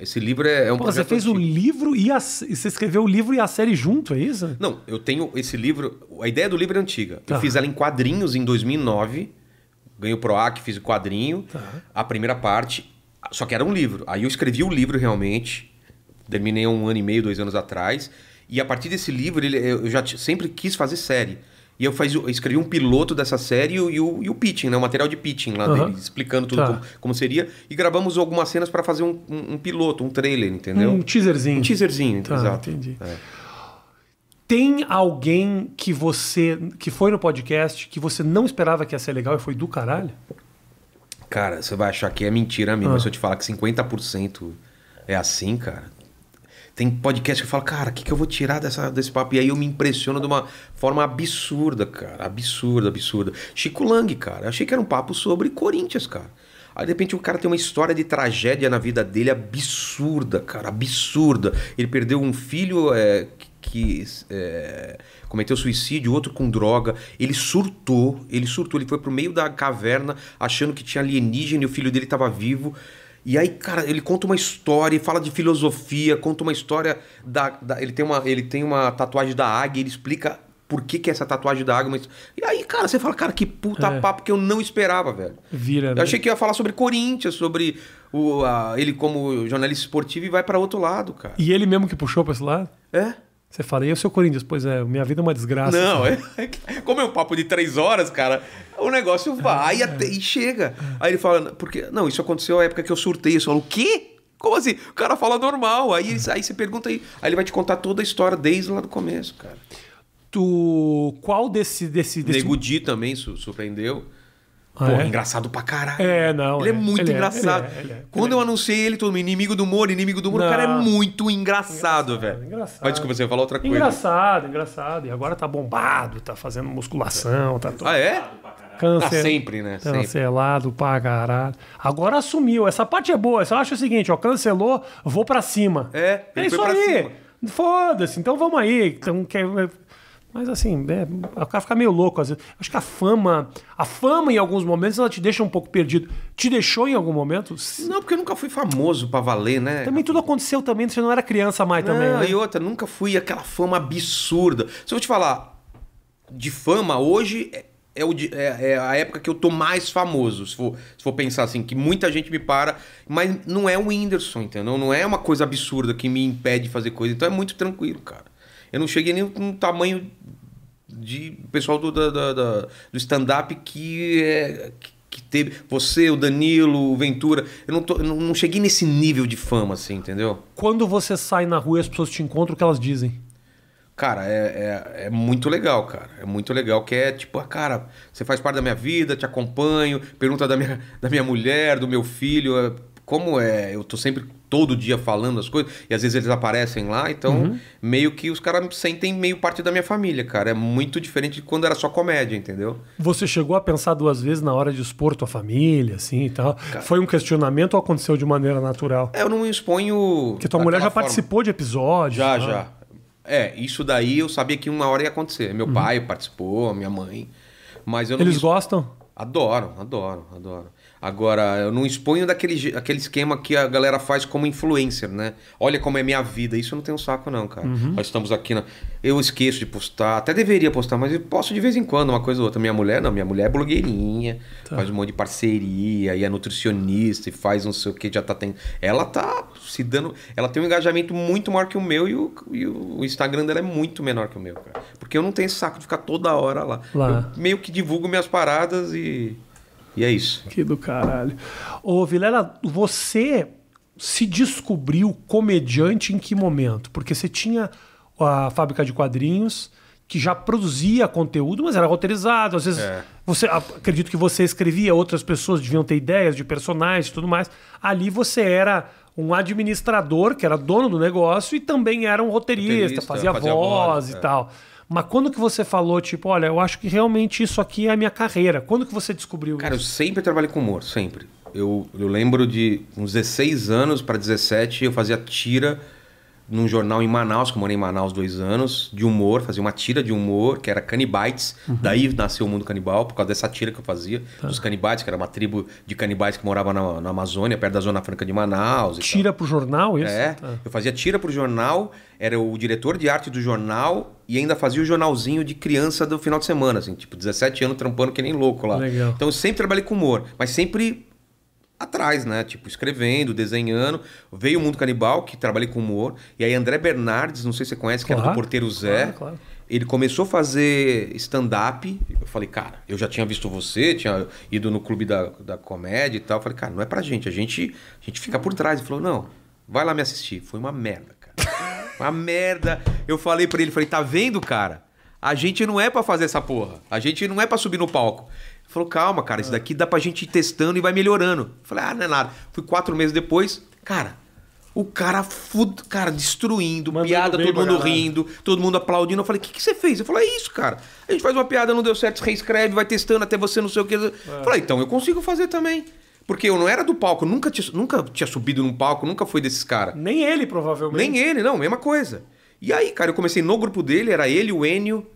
S2: Esse livro é, é um
S1: Pô, você
S2: projeto
S1: fez o
S2: antigo.
S1: livro e a... e você escreveu o livro e a série junto, é isso?
S2: Não, eu tenho esse livro. A ideia do livro é antiga.
S1: Tá.
S2: Eu fiz ela em quadrinhos em 2009. Ganhei o PROAC, fiz o quadrinho.
S1: Tá.
S2: A primeira parte. Só que era um livro. Aí eu escrevi o livro realmente. Terminei há um ano e meio, dois anos atrás. E a partir desse livro, ele- eu já t- sempre quis fazer série. E eu, faz, eu escrevi um piloto dessa série e o, e o- e o pitching, né? o material de pitching lá
S1: Aham.
S2: dele, explicando tudo
S1: Tá.
S2: como, como seria. E gravamos algumas cenas para fazer um, um- um piloto, um trailer, entendeu?
S1: Um teaserzinho.
S2: Um teaserzinho,
S1: Tá,
S2: exato.
S1: entendi.
S2: É.
S1: Tem alguém que você que foi no podcast que você não esperava que ia ser legal e foi do caralho?
S2: Cara, você vai achar que é mentira mesmo, mas se eu te falar que 50% é assim, cara. Tem podcast que eu falo, cara, o que, que eu vou tirar dessa, desse papo? E aí eu me impressiono de uma forma absurda, cara. Absurda, absurda. Chico Lang, cara. Eu achei que era um papo sobre Corinthians, cara. Aí de repente o cara tem uma história de tragédia na vida dele absurda, cara. Absurda. Ele perdeu um filho é, que é, cometeu suicídio, outro com droga. Ele surtou, ele surtou. Ele foi pro meio da caverna achando que tinha alienígena e o filho dele tava vivo. E aí, cara, ele conta uma história, e fala de filosofia, conta uma história da. da- ele, tem uma, ele tem uma tatuagem da águia, ele explica por que, que é essa tatuagem da águia. Mas, e aí, cara, você fala, cara, que puta papo que eu não esperava, velho.
S1: Vira, né?
S2: Eu achei que ia falar sobre Corinthians, sobre o, a- ele como jornalista esportivo e vai pra outro lado, cara.
S1: E ele mesmo que puxou pra esse lado?
S2: É?
S1: Você fala, e o seu Corinthians? Pois é, minha vida é uma desgraça.
S2: Não, é, é- como é um papo de três horas, cara, o negócio
S1: Ah,
S2: vai até,
S1: é.
S2: e chega. Aí ele fala, porque, não, isso aconteceu na época que eu surtei. Eu falo, o quê? Como assim? O cara fala normal. Aí, ele- aí você pergunta, aí, aí ele vai te contar toda a história desde lá do começo, cara.
S1: Tu. Qual desse. desse, desse... tipo?
S2: Nego Di também su- surpreendeu.
S1: Ah,
S2: Pô,
S1: é?
S2: engraçado pra caralho.
S1: É, não,
S2: Ele é,
S1: é.
S2: muito
S1: Ele é,
S2: engraçado.
S1: ele é, ele é.
S2: Quando eu anunciei ele, todo mundo, inimigo do humor, inimigo do humor, o cara é
S1: Não.
S2: muito engraçado, velho.
S1: engraçado.
S2: Mas desculpa, você ia falar outra coisa.
S1: Engraçado, engraçado. E agora tá bombado, tá fazendo musculação, tá todo
S2: Ah, é? Tá
S1: câncer.
S2: sempre, né? Sempre.
S1: Cancelado pra caralho. Agora assumiu. Essa parte é boa. Eu só acho o seguinte, ó, cancelou, vou pra cima.
S2: É,
S1: é
S2: ele
S1: isso
S2: foi pra
S1: aí.
S2: cima.
S1: Foda-se, então vamos aí. Então, quer... Mas assim, é, o cara fica meio louco às vezes. Acho que a fama, a fama em alguns momentos, ela te deixa um pouco perdido. Te deixou em algum momento?
S2: Não, porque eu nunca fui famoso pra valer, né?
S1: Também tudo aconteceu também, você não era criança mais também.
S2: Não,
S1: né?
S2: e outra, nunca fui aquela fama absurda. Se eu vou te falar, de fama, hoje é, é o de- é- é a época que eu tô mais famoso. Se for, se for pensar assim, que muita gente me para, mas não é o Whindersson, entendeu? Não é uma coisa absurda que me impede de fazer coisa. Então é muito tranquilo, cara. Eu não cheguei nem um no tamanho de pessoal do, da- da- da- do stand-up que é. que- que teve. Você, o Danilo, o Ventura. Eu não, tô, eu não, não cheguei nesse nível de fama, assim, entendeu?
S1: Quando você sai na rua e as pessoas te encontram, o que elas dizem?
S2: Cara, é, é, é muito legal, cara. É muito legal que é tipo, ah, cara, você faz parte da minha vida, te acompanho, pergunta da minha, da minha mulher, do meu filho. é, Como é? Eu tô sempre todo dia falando as coisas, e às vezes eles aparecem lá, então
S1: Uhum.
S2: meio que os caras sentem meio parte da minha família, cara. É muito diferente de quando era só comédia, entendeu?
S1: Você chegou a pensar duas vezes na hora de expor tua família, assim e tal? Foi um questionamento ou aconteceu de maneira natural?
S2: É, Eu não exponho.
S1: Porque tua mulher já
S2: daquela forma.
S1: participou de episódios.
S2: Já,
S1: né?
S2: já. É, isso daí eu sabia que uma hora ia acontecer. Meu pai participou, a minha mãe. Mas eu não.
S1: Uhum. Eles
S2: me-
S1: gostam?
S2: Adoram, adoram, adoram. Agora, eu não exponho daquele je- aquele esquema que a galera faz como influencer, né? Olha como é minha vida. Isso eu não tenho saco, não, cara. Nós estamos aqui na. Eu esqueço de postar, até deveria postar, mas eu posso de vez em quando, uma coisa ou outra. Minha mulher, não, minha mulher é blogueirinha, faz um monte de parceria, e é nutricionista, e faz não sei o que, já tá tendo. Ela tá se dando. Ela tem um engajamento muito maior que o meu e o, e o Instagram dela é muito menor que o meu, cara. Porque eu não tenho esse saco de ficar toda hora lá.
S1: Lá.
S2: Eu meio que divulgo minhas paradas e. E é isso.
S1: Que do caralho. Ô, Vilela, você se descobriu comediante em que momento? Porque você tinha a fábrica de quadrinhos que já produzia conteúdo, mas era roteirizado. Às vezes,
S2: É.
S1: você acredito que você escrevia, outras pessoas deviam ter ideias de personagens e tudo mais. Ali você era um administrador, que era dono do negócio, e também era um roteirista,
S2: Roteirista,
S1: fazia,
S2: fazia
S1: voz
S2: voz,
S1: e
S2: é.
S1: tal. Mas quando que você falou, tipo, olha, eu acho que realmente isso aqui é a minha carreira? Quando que você descobriu
S2: Cara, eu
S1: isso?
S2: sempre trabalhei com humor, sempre. Eu, eu lembro de uns 16 anos para 17, eu fazia tira num jornal em Manaus, que eu morei em Manaus dois anos, de humor, fazia uma tira de humor, que era Canibites. Daí nasceu o mundo canibal, por causa dessa tira que eu fazia, dos canibites, que era uma tribo de canibais que morava na, na Amazônia, perto da Zona Franca de Manaus. e tal.
S1: Tira pro jornal isso?
S2: É,
S1: Tá.
S2: eu fazia tira pro jornal, era o diretor de arte do jornal e ainda fazia o jornalzinho de criança do final de semana, assim, tipo, 17 anos trampando que nem louco lá.
S1: Legal.
S2: Então eu sempre trabalhei com humor, mas sempre atrás, né? Tipo, escrevendo, desenhando. Veio o Mundo Canibal, que trabalhei com humor, e aí André Bernardes, não sei se você conhece, que era do
S1: Claro,
S2: Porteiro Zé.
S1: claro, claro.
S2: é. Ele começou a fazer stand-up. Eu falei, cara, eu já tinha visto você, tinha ido no clube da, da comédia e tal. Eu falei, cara, não é pra gente, a gente, a gente fica por trás. Ele falou, não, vai lá me assistir. Foi uma merda, cara. uma merda. Eu falei pra ele, falei, tá vendo, cara? A gente não é pra fazer essa porra. A gente não é pra subir no palco. Ele falou, calma, cara,
S1: Ah.
S2: isso daqui dá pra gente ir testando e vai melhorando. Eu falei, ah, não é nada. Fui quatro meses depois, cara. O cara, fud... cara, destruindo,
S1: Mandando
S2: piada,
S1: bem
S2: todo
S1: pra
S2: mundo
S1: caralho.
S2: rindo rindo, todo mundo aplaudindo. Eu falei, o que, que você fez? Eu falei, é isso, cara. A gente faz uma piada, não deu certo, reescreve, vai testando até você não sei o que. Eu falei, então, eu consigo fazer também. Porque eu não era do palco, eu nunca tinha, nunca tinha subido num palco, nunca fui desses caras.
S1: Nem ele, provavelmente.
S2: Nem ele, não, mesma coisa. E aí, cara, eu comecei no grupo dele, era ele, o Enio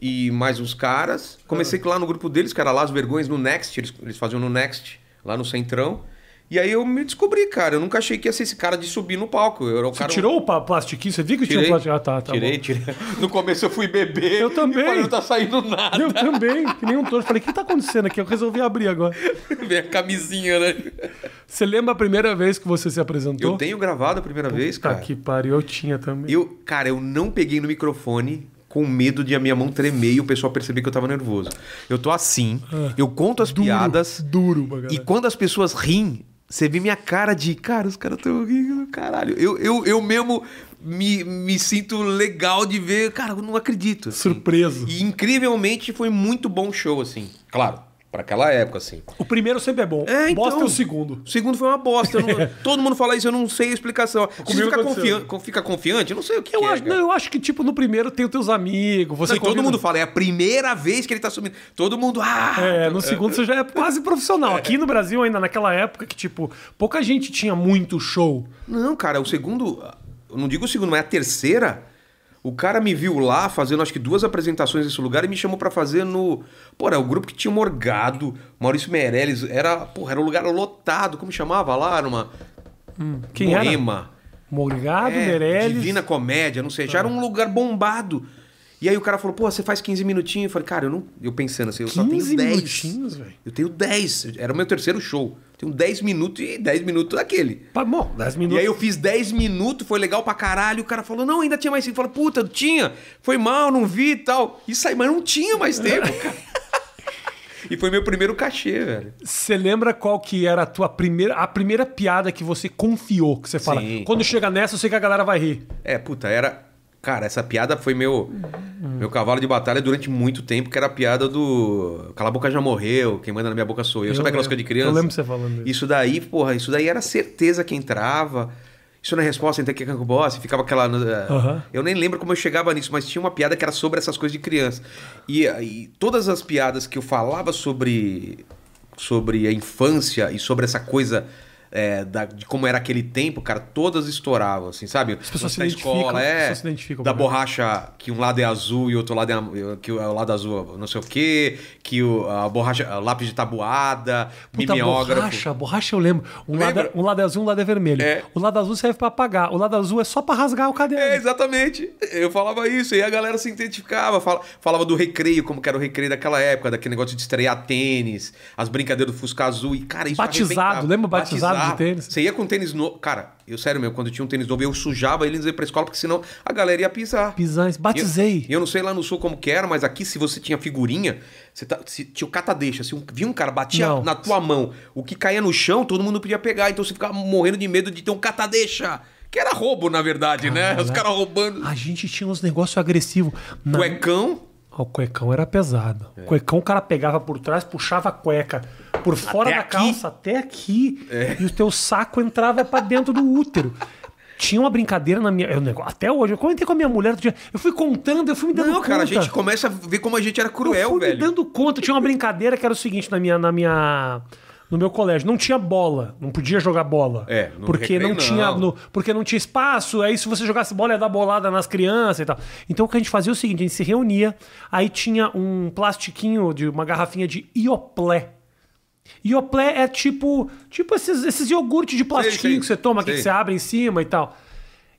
S2: e mais uns caras. Comecei lá no grupo deles, cara, lá as vergonhas no Next, eles, eles faziam no Next, lá no Centrão. E aí eu me descobri, cara, eu nunca achei que ia ser esse cara de subir no palco. Eu era o
S1: Você
S2: cara um
S1: tirou o pa- plastiquinho? Você viu que tinha o plastiquinho? Ah, tá, tá
S2: tirei,
S1: bom.
S2: tirei. No começo eu fui beber.
S1: Eu também.
S2: E falei, não tá saindo nada.
S1: Eu também, que nem um torto. Falei, o que tá acontecendo aqui? Eu resolvi abrir agora.
S2: Vem a camisinha, né?
S1: Você lembra a primeira vez que você se apresentou?
S2: Eu tenho gravado a primeira vez,
S1: Tá
S2: cara.
S1: que pariu, eu tinha também.
S2: Eu, cara, eu não peguei no microfone com medo de a minha mão tremer e o pessoal perceber que eu tava nervoso. Eu tô assim, eu conto as piadas
S1: Ah. Duro, bagulho.
S2: e quando as pessoas riem, você vê minha cara de, cara, os caras tão rindo, caralho. Eu, eu, eu mesmo me, me sinto legal de ver, cara, eu não acredito. assim.
S1: Surpreso.
S2: E incrivelmente foi muito bom show, assim. Claro, pra aquela época, assim.
S1: O primeiro sempre é bom.
S2: É, então.
S1: Bosta é o segundo.
S2: O segundo foi uma bosta. eu não- todo mundo fala isso, eu não sei a explicação. Você
S1: Comigo
S2: fica,
S1: aconteceu.
S2: confian- co- fica confiante? Eu não sei o que,
S1: Eu,
S2: que
S1: acho,
S2: é. cara.
S1: não, eu acho que, tipo, no primeiro tem os teus amigos. Você
S2: Não, e todo
S1: convida-
S2: mundo fala, é a primeira vez que ele tá subindo. Todo mundo, ah!
S1: É, no segundo você já é quase profissional. Aqui no Brasil, ainda naquela época que, tipo, pouca gente tinha muito show.
S2: Não, cara, o segundo. Eu não digo o segundo, mas é a terceira. O cara me viu lá fazendo acho que duas apresentações nesse lugar e me chamou pra fazer no. Pô, era o grupo que tinha o Morgado, Maurício Meirelles. Era, porra, era um lugar lotado. Como chamava lá? Numa.
S1: Quem era?
S2: Moema.
S1: Morgado,
S2: É,
S1: Meirelles. Ah.
S2: Divina Comédia, não sei. Já era um lugar bombado. E aí o cara falou, pô, você faz 15 minutinhos. Eu falei, cara, eu não. Eu pensando assim, eu só
S1: 15
S2: tenho 10.
S1: minutinhos, velho.
S2: Eu tenho 10. Era o meu terceiro show. Tenho 10 minutos e 10 minutos daquele.
S1: Pá, Bom, 10
S2: E
S1: minutos.
S2: aí eu fiz 10 minutos, foi legal pra caralho. O cara falou, não, ainda tinha mais tempo. Eu falei, puta, tinha. Foi mal, não vi e tal. E saí, mas não tinha mais tempo, cara. E foi meu primeiro cachê, velho.
S1: Você lembra qual que era a tua primeira... A primeira piada que você confiou, que você fala...
S2: Sim.
S1: Quando chega nessa, eu sei que a galera vai rir.
S2: É, puta, era. Cara, essa piada foi meu meu cavalo de batalha durante muito tempo, que era a piada do. Cala a boca já morreu, quem manda na minha boca sou eu.
S1: Eu
S2: Sabe aquelas
S1: lembro.
S2: coisas de criança?
S1: Eu lembro você falando isso.
S2: Isso daí, porra, isso daí era certeza que entrava. Isso na resposta, entra aqui com o boss, ficava aquela. eh,
S1: Aham.
S2: Eu nem lembro como eu chegava nisso, mas tinha uma piada que era sobre essas coisas de criança. E, e todas as piadas que eu falava sobre, sobre a infância e sobre essa coisa. eh, da- de como era aquele tempo, cara, todas estouravam, assim, sabe? As
S1: pessoas se identificam, as pessoas se identificam né?
S2: da
S1: com ela.
S2: é, borracha que um lado é azul e outro lado é am- que o o lado azul não sei o quê, que o, a borracha, lápis de tabuada,
S1: Puta,
S2: mimeógrafo.
S1: borracha, borracha eu lembro. Um lado, é-
S2: Lembra?
S1: um lado é azul, um lado é vermelho.
S2: É.
S1: O lado azul serve pra apagar. O lado azul é só pra rasgar o
S2: É,
S1: caderno.
S2: exatamente. Eu falava isso, e a galera se identificava, fala- falava do recreio, como que era o recreio daquela época, daquele negócio de estrear tênis, as brincadeiras do Fusca Azul, e cara, isso
S1: Batizado,
S2: arrebentava.
S1: lembra o batizado de tênis?
S2: Você ia com tênis novo, cara, eu sério meu, quando tinha um tênis novo, eu sujava ele antes de ir pra escola, porque senão a galera ia pisar.
S1: Pisães, batizei.
S2: E Eu não sei lá no sul como que era, mas aqui se você tinha figurinha, você tá, se, tinha o cata-deixa. Se um, via um cara, batia
S1: Não.
S2: na tua mão, o que caía no chão, todo mundo podia pegar. Então você ficava morrendo de medo de ter um cata-deixa. Que era roubo, na verdade, né?
S1: Caralho.
S2: Os caras roubando.
S1: Ah,
S2: é
S1: A gente tinha uns negócios agressivos. Na-
S2: Cuecão.
S1: Ah, O cuecão era pesado. O cuecão o cara pegava por trás, puxava a cueca por fora
S2: É. Até
S1: da
S2: aqui. É.
S1: calça até aqui e o teu saco entrava pra dentro do útero. Tinha uma brincadeira na minha. eu nego- até hoje, eu comentei com a minha mulher outro dia. Eu fui contando, eu fui me dando
S2: Não,
S1: conta.
S2: cara, a gente começa a ver como a gente era
S1: eu
S2: cruel,
S1: fui
S2: velho.
S1: me dando conta. Tinha uma brincadeira que era o seguinte na minha, na minha, no meu colégio. Não tinha bola, não podia jogar bola.
S2: É, no
S1: porque
S2: recreio,
S1: não tinha,
S2: não.
S1: no- porque não tinha espaço. Aí se você jogasse bola ia dar bolada nas crianças e tal. Então o que a gente fazia é o seguinte, a gente se reunia. Aí tinha um plastiquinho de uma garrafinha de ioplé. Ioplé é tipo, tipo esses, esses iogurtes de plastiquinho
S2: sei,
S1: que você toma, que
S2: sei.
S1: você abre em cima e tal.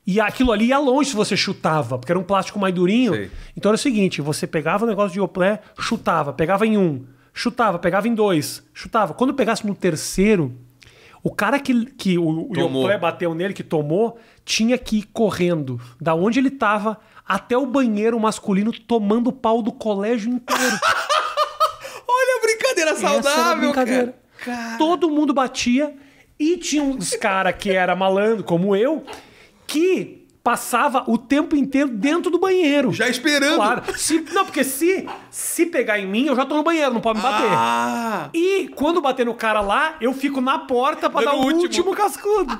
S1: E aquilo ali ia longe se você chutava, porque era um plástico mais durinho.
S2: Sei.
S1: Então era o seguinte: você pegava o negócio de Ioplé, chutava, pegava em um, chutava, pegava em dois, chutava. Quando pegasse no terceiro, o cara que, que o, o
S2: Tomou.
S1: Ioplé bateu nele, que tomou, tinha que ir correndo da onde ele tava até o banheiro masculino tomando pau do colégio inteiro.
S2: Olha a brincadeira saudável,
S1: Essa era a brincadeira.
S2: cara. Cara.
S1: Todo mundo batia e tinha uns cara que era malandro, como eu, que passava o tempo inteiro dentro do banheiro.
S2: Já esperando.
S1: Claro. Se- não, porque se, se pegar em mim, eu já tô no banheiro, não pode me bater.
S2: Ah!
S1: E quando bater no cara lá, eu fico na porta pra
S2: Dando
S1: dar o
S2: o último.
S1: último, cascudo.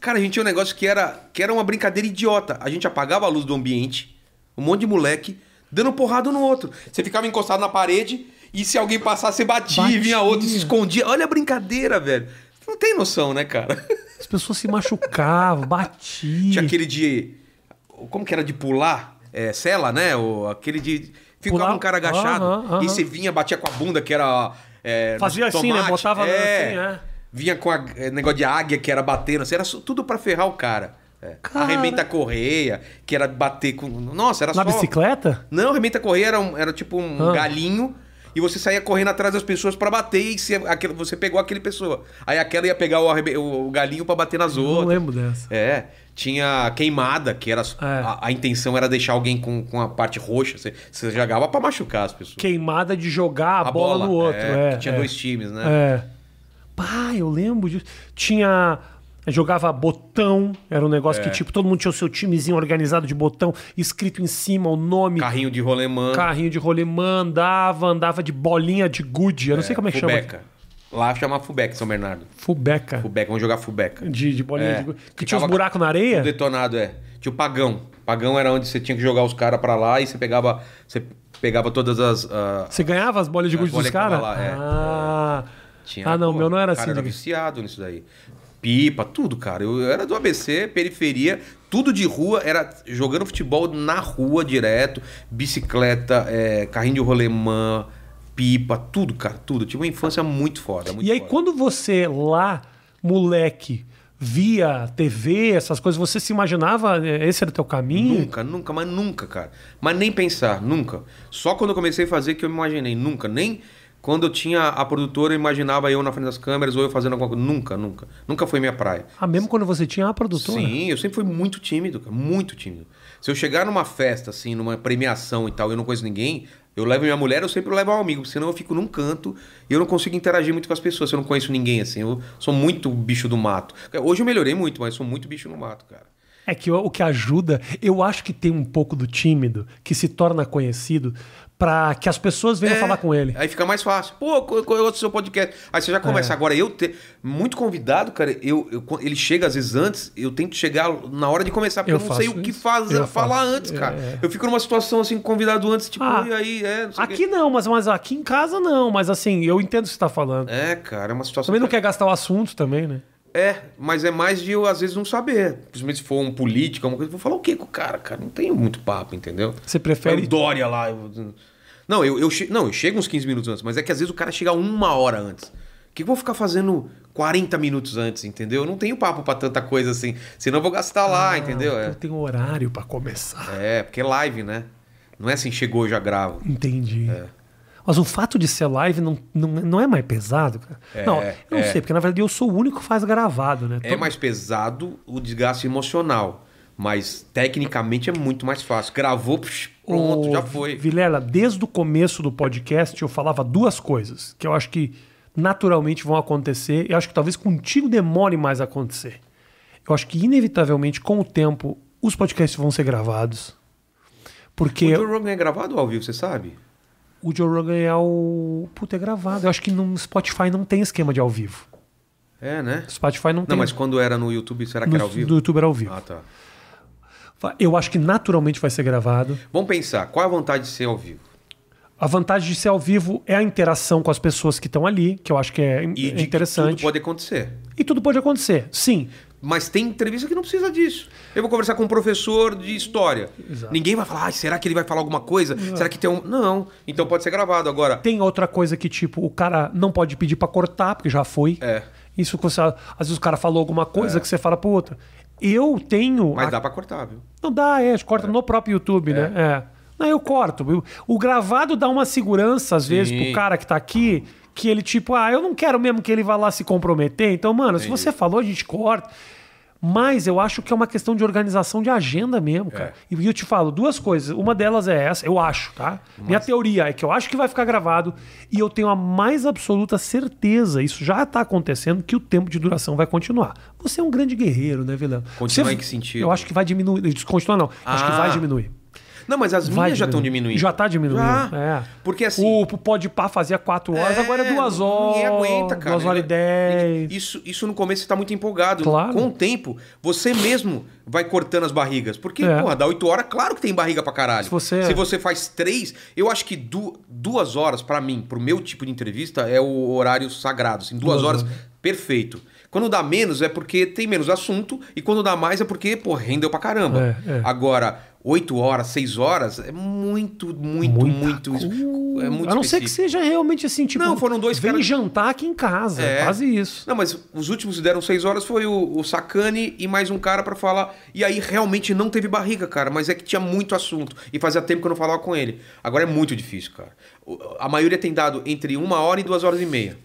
S2: Cara, a gente tinha um negócio que era, que era uma brincadeira idiota. A gente apagava a luz do ambiente, um monte de moleque, dando porrada no outro. Você ficava encostado na parede e se alguém passar, você batia,
S1: Batia.
S2: e vinha outro e se escondia. Olha a brincadeira, velho. Não tem noção, né, cara?
S1: As pessoas se machucavam, batiam.
S2: Tinha aquele de. Como que era de pular? É, cela, né? Ou aquele de. Ficava
S1: Pular.
S2: um cara agachado
S1: Aham, aham.
S2: e você vinha, batia com a bunda, que era. é,
S1: Fazia assim, né? Botava assim, é.
S2: Vinha com a- é, negócio de águia, que era batendo, assim, era su- tudo pra ferrar o cara. É.
S1: Cara.
S2: Arrebenta a correia, que era bater com. Nossa, era
S1: Na
S2: só.
S1: bicicleta?
S2: Não, arrebenta a correia era, um- era tipo um
S1: Ah.
S2: galinho. E você saía correndo atrás das pessoas pra bater e se- aquele- você pegou aquele pessoa. Aí aquela ia pegar o, arrebe- o- o galinho pra bater nas
S1: Não
S2: outras.
S1: lembro É. dessa.
S2: É, tinha queimada, que era a, a intenção era deixar alguém com, com a parte roxa. Você, você jogava pra machucar as pessoas.
S1: Queimada de jogar a, bola, no outro. É,
S2: que tinha
S1: é.
S2: dois times, né?
S1: É. Pá, eu lembro disso. Tinha. Jogava botão, era um negócio
S2: É.
S1: que, tipo, todo mundo tinha o seu timezinho organizado de botão, escrito em cima o nome,
S2: Carrinho de rolemã,
S1: carrinho de rolemã, andava, andava de bolinha de gude, eu não sei como é que chama.
S2: fubeca. Lá chama fubeca, São Bernardo.
S1: Fubeca.
S2: Fubeca, vamos jogar fubeca.
S1: De, de bolinha
S2: É.
S1: de gude. Que
S2: Ficava
S1: tinha os buracos na
S2: Tudo
S1: areia?
S2: Detonado, é. Tinha o pagão. Pagão era onde você tinha que jogar os caras pra lá e você pegava, você pegava todas as... ah,
S1: Você ganhava as bolinhas de
S2: É,
S1: gude
S2: a bola
S1: dos
S2: que tava
S1: caras?
S2: lá, é.
S1: Ah.
S2: Tinha,
S1: ah, não,
S2: pô,
S1: meu não era
S2: o cara
S1: assim.
S2: Era um viciado nisso daí. Pipa, tudo, cara. Eu, eu era do ABC, periferia, tudo de rua, era jogando futebol na rua direto, bicicleta, é, carrinho de rolemã, pipa, tudo, cara, tudo. Eu tive uma infância muito foda, muito
S1: E aí,
S2: foda.
S1: quando você lá, moleque, via TV, essas coisas, você se imaginava, eh, esse era o teu caminho?
S2: Nunca, nunca, mas nunca, cara. Mas nem pensar, nunca. Só quando eu comecei a fazer que eu me imaginei, nunca. Nem quando eu tinha a produtora, eu imaginava eu na frente das câmeras ou eu fazendo alguma coisa. Nunca, nunca. Nunca foi minha praia.
S1: Ah, né? mesmo quando você tinha a produtora?
S2: Sim, eu sempre fui muito tímido, cara, muito tímido. Se eu chegar numa festa, assim, numa premiação e tal, e eu não conheço ninguém, Eu levo minha mulher, eu sempre levo um amigo, senão eu fico num canto e eu não consigo interagir muito com as pessoas, eu não conheço ninguém assim. Eu sou muito bicho do mato. Hoje eu melhorei muito, mas sou muito bicho no mato, cara.
S1: É que o que ajuda, eu acho que tem um pouco do tímido que se torna conhecido para que as pessoas venham
S2: É,
S1: falar com ele.
S2: Aí fica mais fácil. Pô, eu eu ouço seu podcast. Aí você já
S1: É.
S2: começa. Agora, eu ter. Muito convidado, cara, eu, eu- quando ele chega às vezes antes, eu tento chegar na hora de começar, porque
S1: Eu
S2: eu, não sei
S1: faço
S2: o que
S1: isso.
S2: fazer,
S1: Eu
S2: falar
S1: faço.
S2: antes, cara.
S1: É.
S2: Eu fico numa situação assim, com convidado antes, tipo,
S1: Ah,
S2: e aí, é, não sei o quê.
S1: Aqui não, mas, mas aqui em casa não, mas assim, eu entendo o que você tá falando.
S2: É, cara, é uma situação.
S1: Também não quer gastar o assunto também, né?
S2: É, mas é mais de eu, às vezes, não saber. Principalmente se for um político, alguma coisa, eu vou falar o quê com o cara, cara? Não tenho muito papo, entendeu?
S1: Você
S2: Foi
S1: prefere
S2: o Dória lá. eu- Não, eu, eu, che- não, eu chego uns 15 minutos antes, mas é que às vezes o cara chega uma hora antes. O que eu vou ficar fazendo 40 minutos antes, entendeu? Eu não tenho papo pra tanta coisa assim. Senão eu vou gastar lá, entendeu?
S1: Ah,
S2: É.
S1: Eu tenho horário pra começar.
S2: É, porque é live, né? Não é assim, chegou, eu já gravo.
S1: Entendi.
S2: É.
S1: Mas o fato de ser live não, não, não é mais pesado, cara? não, eu não
S2: é.
S1: sei, porque na verdade eu sou o único que faz gravado, né?
S2: É
S1: Todo-
S2: mais pesado o desgaste emocional. Mas tecnicamente é muito mais fácil. Gravou, psh, pronto,
S1: Ô,
S2: já foi.
S1: Vilela, desde o começo do podcast eu falava duas coisas que eu acho que naturalmente vão acontecer. Eu acho que talvez contigo demore mais a acontecer. Eu acho que inevitavelmente, com o tempo, os podcasts vão ser gravados. Porque
S2: O Joe Rogan é gravado ou ao vivo, você sabe?
S1: o Joe Rogan é o. Puta, é gravado. Eu acho que no Spotify não tem esquema de ao vivo.
S2: É, né?
S1: Spotify não tem.
S2: Não, mas quando era no YouTube, será que
S1: no,
S2: era ao vivo?
S1: do YouTube era ao vivo.
S2: Ah, tá.
S1: Eu acho que naturalmente vai ser gravado.
S2: Vamos pensar, qual é a vontade de ser ao vivo?
S1: A vantagem de ser ao vivo é a interação com as pessoas que estão ali, que eu acho que é,
S2: E
S1: é
S2: de que
S1: interessante.
S2: tudo pode acontecer.
S1: E tudo pode acontecer, sim.
S2: Mas tem entrevista que não precisa disso. Eu vou conversar com um professor de história.
S1: Exato.
S2: Ninguém vai falar, "Ai, será que ele vai falar alguma coisa? Será que tem um. Não. Então pode ser gravado agora.
S1: Tem outra coisa que, tipo, o cara não pode pedir pra cortar, porque já foi.
S2: É.
S1: Isso, que você- às vezes o cara falou alguma coisa que você fala, puta, eu tenho...
S2: Mas
S1: a-
S2: dá pra cortar, viu?
S1: Não dá, é, a gente corta no próprio YouTube, né? É. Não, eu corto. viu? O gravado dá uma segurança, às vezes, pro cara que tá aqui, que ele, tipo, ah, eu não quero mesmo que ele vá lá se comprometer. Então, mano, se você falou, a gente corta. Mas eu acho que é uma questão de organização de agenda
S2: É.
S1: mesmo, cara. E eu te falo duas coisas. Uma delas é essa, eu acho, tá? Minha teoria é que eu acho que vai ficar gravado e eu tenho a mais absoluta certeza, isso já tá acontecendo, que o tempo de duração vai continuar. Você é um grande guerreiro, né, Vilão?
S2: Continuar
S1: Você-
S2: em que sentido?
S1: Eu acho que vai diminuir. Descontinua, não. Acho que
S2: Ah.
S1: vai diminuir.
S2: Não, mas as
S1: Vai
S2: minhas já estão diminuindo.
S1: Já tá diminuindo.
S2: Já.
S1: É.
S2: Porque assim.
S1: O, o pode pá fazia 4 horas, agora é 2 horas.
S2: Ninguém aguenta, cara.
S1: 2 horas e
S2: Ele- é
S1: 10.
S2: ele- Isso, isso no começo você tá muito empolgado.
S1: Claro.
S2: Com o tempo, você mesmo vai cortando as barrigas. Porque,
S1: É.
S2: porra, dá 8 horas, claro que tem barriga pra caralho.
S1: Se você- é.
S2: faz três, eu acho que du- duas horas, pra mim, pro meu tipo de entrevista, é o horário sagrado. Assim, duas,
S1: Duas
S2: horas, perfeito. Quando dá menos é porque tem menos assunto, e quando dá mais é porque, pô, rendeu pra caramba.
S1: É, é.
S2: Agora, 8 horas, 6 horas, é muito, muito, muito.
S1: Muita
S2: es-
S1: coisa.
S2: É muito
S1: a não ser que
S2: específico.
S1: seja realmente assim, tipo.
S2: Não, foram dois
S1: Vem
S2: caras-
S1: jantar aqui em casa.
S2: É.
S1: Quase isso.
S2: Não, mas os últimos que deram seis horas foi o, o Sacani e mais um cara pra falar. E aí realmente não teve barriga, cara, mas é que tinha muito assunto. E fazia tempo que eu não falava com ele. Agora é muito difícil, cara. O- A maioria tem dado entre uma hora e duas horas e meia.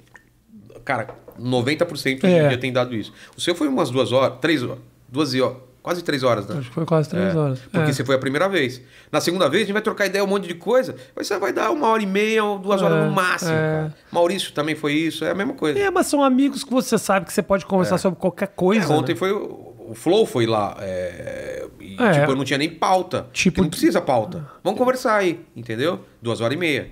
S2: Cara, 90% hoje
S1: É.
S2: em dia tem dado isso. O seu foi umas duas horas, três horas, duas e ó- quase três horas, né?
S1: Acho que foi quase 3
S2: É,
S1: horas.
S2: Porque
S1: É.
S2: você foi a primeira vez. Na segunda vez, a gente vai trocar ideia um monte de coisa. Mas você vai dar uma hora e meia ou duas horas
S1: É,
S2: no máximo,
S1: é.
S2: cara. Maurício também foi isso, é a mesma coisa.
S1: É, mas são amigos que você sabe que você pode conversar sobre qualquer coisa.
S2: É, ontem
S1: né?
S2: foi. o- O Flow foi lá. é, e,
S1: É.
S2: Tipo, eu não tinha nem pauta.
S1: Tipo- Ah.
S2: Tipo, não precisa pauta. Vamos conversar aí, entendeu? Duas horas e meia.
S1: né?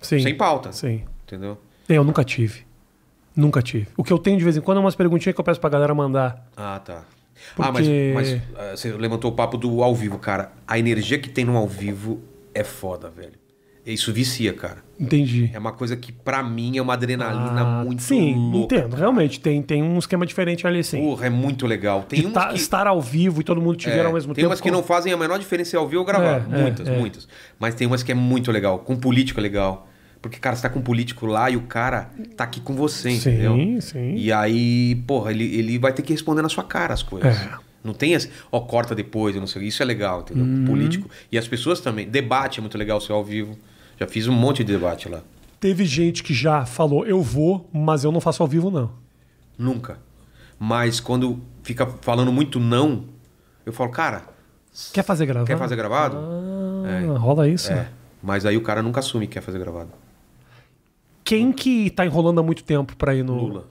S1: Sim.
S2: Sem pauta.
S1: Sim.
S2: Entendeu?
S1: Eu nunca tive. Nunca tive. O que eu tenho de vez em quando é umas perguntinhas que eu peço pra galera mandar.
S2: Ah, tá.
S1: Porque-
S2: Ah, mas, mas, ah, você levantou o papo do ao vivo, cara. A energia que tem no ao vivo é foda, velho. Isso vicia, cara.
S1: Entendi.
S2: É uma coisa que, pra mim, é uma adrenalina
S1: Ah,
S2: muito
S1: Sim,
S2: louca.
S1: entendo. Realmente, tem, tem um esquema diferente ali, sim.
S2: Porra, é muito legal. Tem
S1: de
S2: umas
S1: tá-
S2: que-
S1: estar ao vivo e todo mundo te ver
S2: É,
S1: ao mesmo
S2: tem
S1: tempo.
S2: umas que não fazem a menor diferença ao vivo ou gravar.
S1: É, é,
S2: muitas,
S1: é.
S2: muitas. Mas tem umas que é muito legal. Com político é legal. Porque, cara, você tá com um político lá e o cara tá aqui com você,
S1: Sim,
S2: entendeu?
S1: sim.
S2: E aí, porra, ele, ele vai ter que responder na sua cara as coisas.
S1: É.
S2: Não tem assim, ó, corta depois, eu não sei. Isso é legal, entendeu?
S1: Uhum.
S2: Político. E as pessoas também. Debate é muito legal ser ao vivo. Já fiz um monte de debate lá.
S1: Teve gente que já falou, eu vou, mas eu não faço ao vivo, não.
S2: Nunca. Mas quando fica falando muito não, eu falo, cara,
S1: Quer fazer gravado?
S2: quer fazer gravado?
S1: Ah, rola isso?
S2: É.
S1: né?
S2: Mas aí o cara nunca assume que quer fazer gravado.
S1: Quem que tá enrolando há muito tempo pra ir no.
S2: Lula.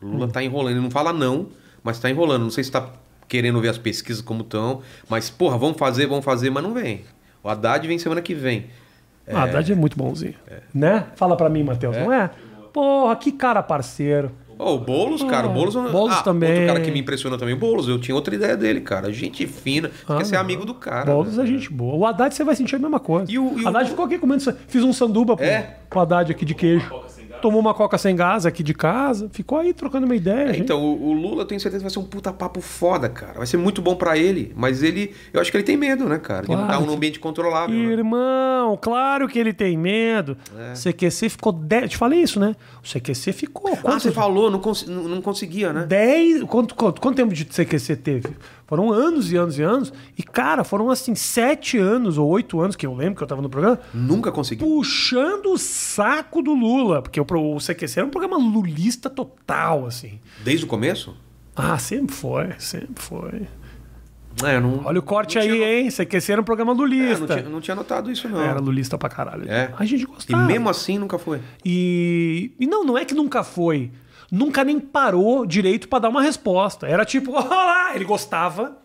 S2: Lula tá enrolando. Ele não fala não, mas tá enrolando. Não sei se tá querendo ver as pesquisas como estão, mas, porra, vamos fazer, vamos fazer, mas não vem. O Haddad vem semana que vem.
S1: Ah, Haddad é muito bonzinho. Né? Fala pra mim, Matheus, não é? Porra, que cara parceiro.
S2: Ó, o Boulos, cara, o Boulos...
S1: Ah,
S2: ah,
S1: Boulos também.
S2: Outro cara que me impressionou também, o Boulos. Eu tinha outra ideia dele, cara. Gente fina. Você quer ser amigo do cara.
S1: Ah, Boulos
S2: né?
S1: é gente boa. O Haddad você vai sentir a mesma coisa.
S2: E o- e o-
S1: Haddad ficou aqui comendo. sa- Fiz um sanduba pro,
S2: É?
S1: pro Haddad aqui de queijo. Tomou uma coca sem gás aqui de casa. Ficou aí trocando uma ideia.
S2: É,
S1: gente.
S2: Então, o, o Lula, eu tenho certeza, que vai ser um puta papo foda, cara. Vai ser muito bom pra ele, mas ele... Eu acho que ele tem medo, né, cara? De não
S1: Claro.
S2: estar num ambiente controlável. né?
S1: Irmão, claro que ele tem medo.
S2: É.
S1: O CQC ficou 10. Te falei isso, né? O CQC ficou.
S2: Ah, você
S1: Quantos,
S2: falou, não, cons- não- não conseguia, né?
S1: 10. Quanto, quanto, quanto tempo de CQC teve? Foram anos e anos e anos. E, cara, foram assim, sete anos ou oito anos, que eu lembro que eu tava no programa,
S2: Nunca conseguiu.
S1: puxando o saco do Lula. Porque o, pro- o CQC era um programa lulista total, assim.
S2: Desde o começo?
S1: Ah, sempre foi, sempre foi.
S2: É, eu não...
S1: Olha o corte
S2: Não
S1: aí,
S2: tinha-
S1: hein? CQC era um programa
S2: É, não,
S1: lulista.
S2: tinha, não tinha notado isso, não.
S1: Era lulista pra caralho.
S2: É.
S1: A gente
S2: E
S1: gostava.
S2: mesmo assim nunca foi.
S1: E, e não, não é que nunca foi. Nunca nem parou direito pra dar uma resposta. Era tipo, olá, ele gostava.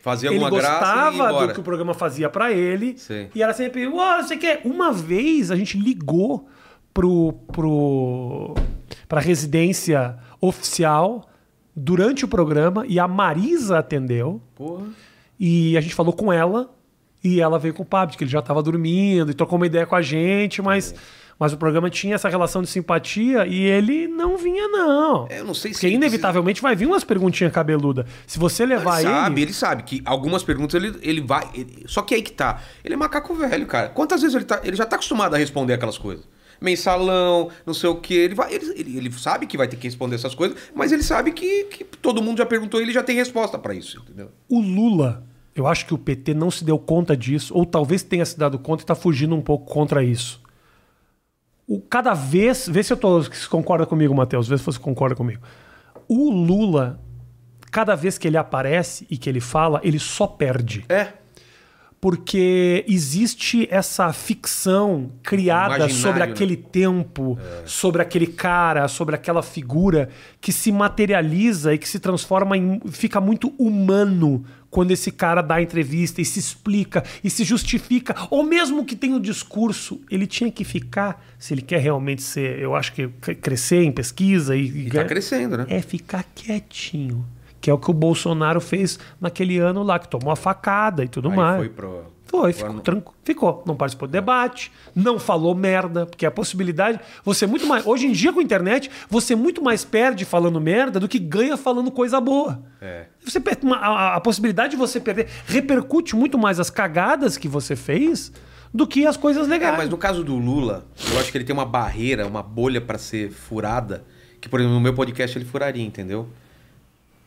S2: Fazia
S1: Ele
S2: alguma graça e ia
S1: gostava
S2: embora.
S1: do que o programa fazia pra ele.
S2: Sim.
S1: E era sempre, "Uó, não sei o quê. Uma vez a gente ligou pro, pro, pra residência oficial durante o programa e a Marisa atendeu.
S2: Porra.
S1: E a gente falou com ela e ela veio com o Pablo, que ele já estava dormindo e trocou uma ideia com a gente, mas, mas o programa tinha essa relação de simpatia e ele não vinha, não.
S2: É, eu não sei se
S1: Porque
S2: ele
S1: inevitavelmente vai vir umas perguntinhas cabeludas. Se você levar
S2: ele
S1: ele.
S2: sabe, ele sabe que algumas perguntas ele, ele vai. ele- só que aí que tá. Ele é macaco velho, cara. Quantas vezes ele, tá, ele já tá acostumado a responder aquelas coisas? Mensalão, não sei o quê. Ele, vai, ele, ele, ele sabe que vai ter que responder essas coisas, mas ele sabe que, que todo mundo já perguntou e ele já tem resposta pra isso, entendeu?
S1: O Lula, eu acho que o PT não se deu conta disso, ou talvez tenha se dado conta e tá fugindo um pouco contra isso. O, cada vez. Vê se eu tô, se concorda comigo, Matheus. Vê se você concorda comigo. O Lula, cada vez que ele aparece e que ele fala, ele só perde.
S2: É.
S1: Porque existe essa ficção criada
S2: Imaginário,
S1: sobre
S2: né? É.
S1: aquele tempo, sobre aquele cara, sobre aquela figura que se materializa e que se transforma em. fica muito humano quando esse cara dá a entrevista e se explica e se justifica. Ou mesmo que tenha o discurso, ele tinha que ficar, se ele quer realmente ser, eu acho que cre- crescer em pesquisa e, e
S2: E tá
S1: ganhar-
S2: crescendo, né?
S1: é ficar quietinho. Que é o que o Bolsonaro fez naquele ano lá, que tomou a facada e tudo
S2: Aí
S1: mais.
S2: foi pro.
S1: é. Foi,
S2: agora
S1: ficou
S2: não-
S1: tranquilo. Ficou. Não participou do debate, não falou merda, porque a possibilidade. Você é muito mais. Hoje em dia, com a internet, você muito mais perde falando merda do que ganha falando coisa boa.
S2: É.
S1: Você per- uma- a, a possibilidade de você perder repercute muito mais as cagadas que você fez do que as coisas
S2: É,
S1: legais.
S2: mas no caso do Lula, eu acho que ele tem uma barreira, uma bolha pra ser furada, que, por exemplo, no meu podcast ele furaria, entendeu?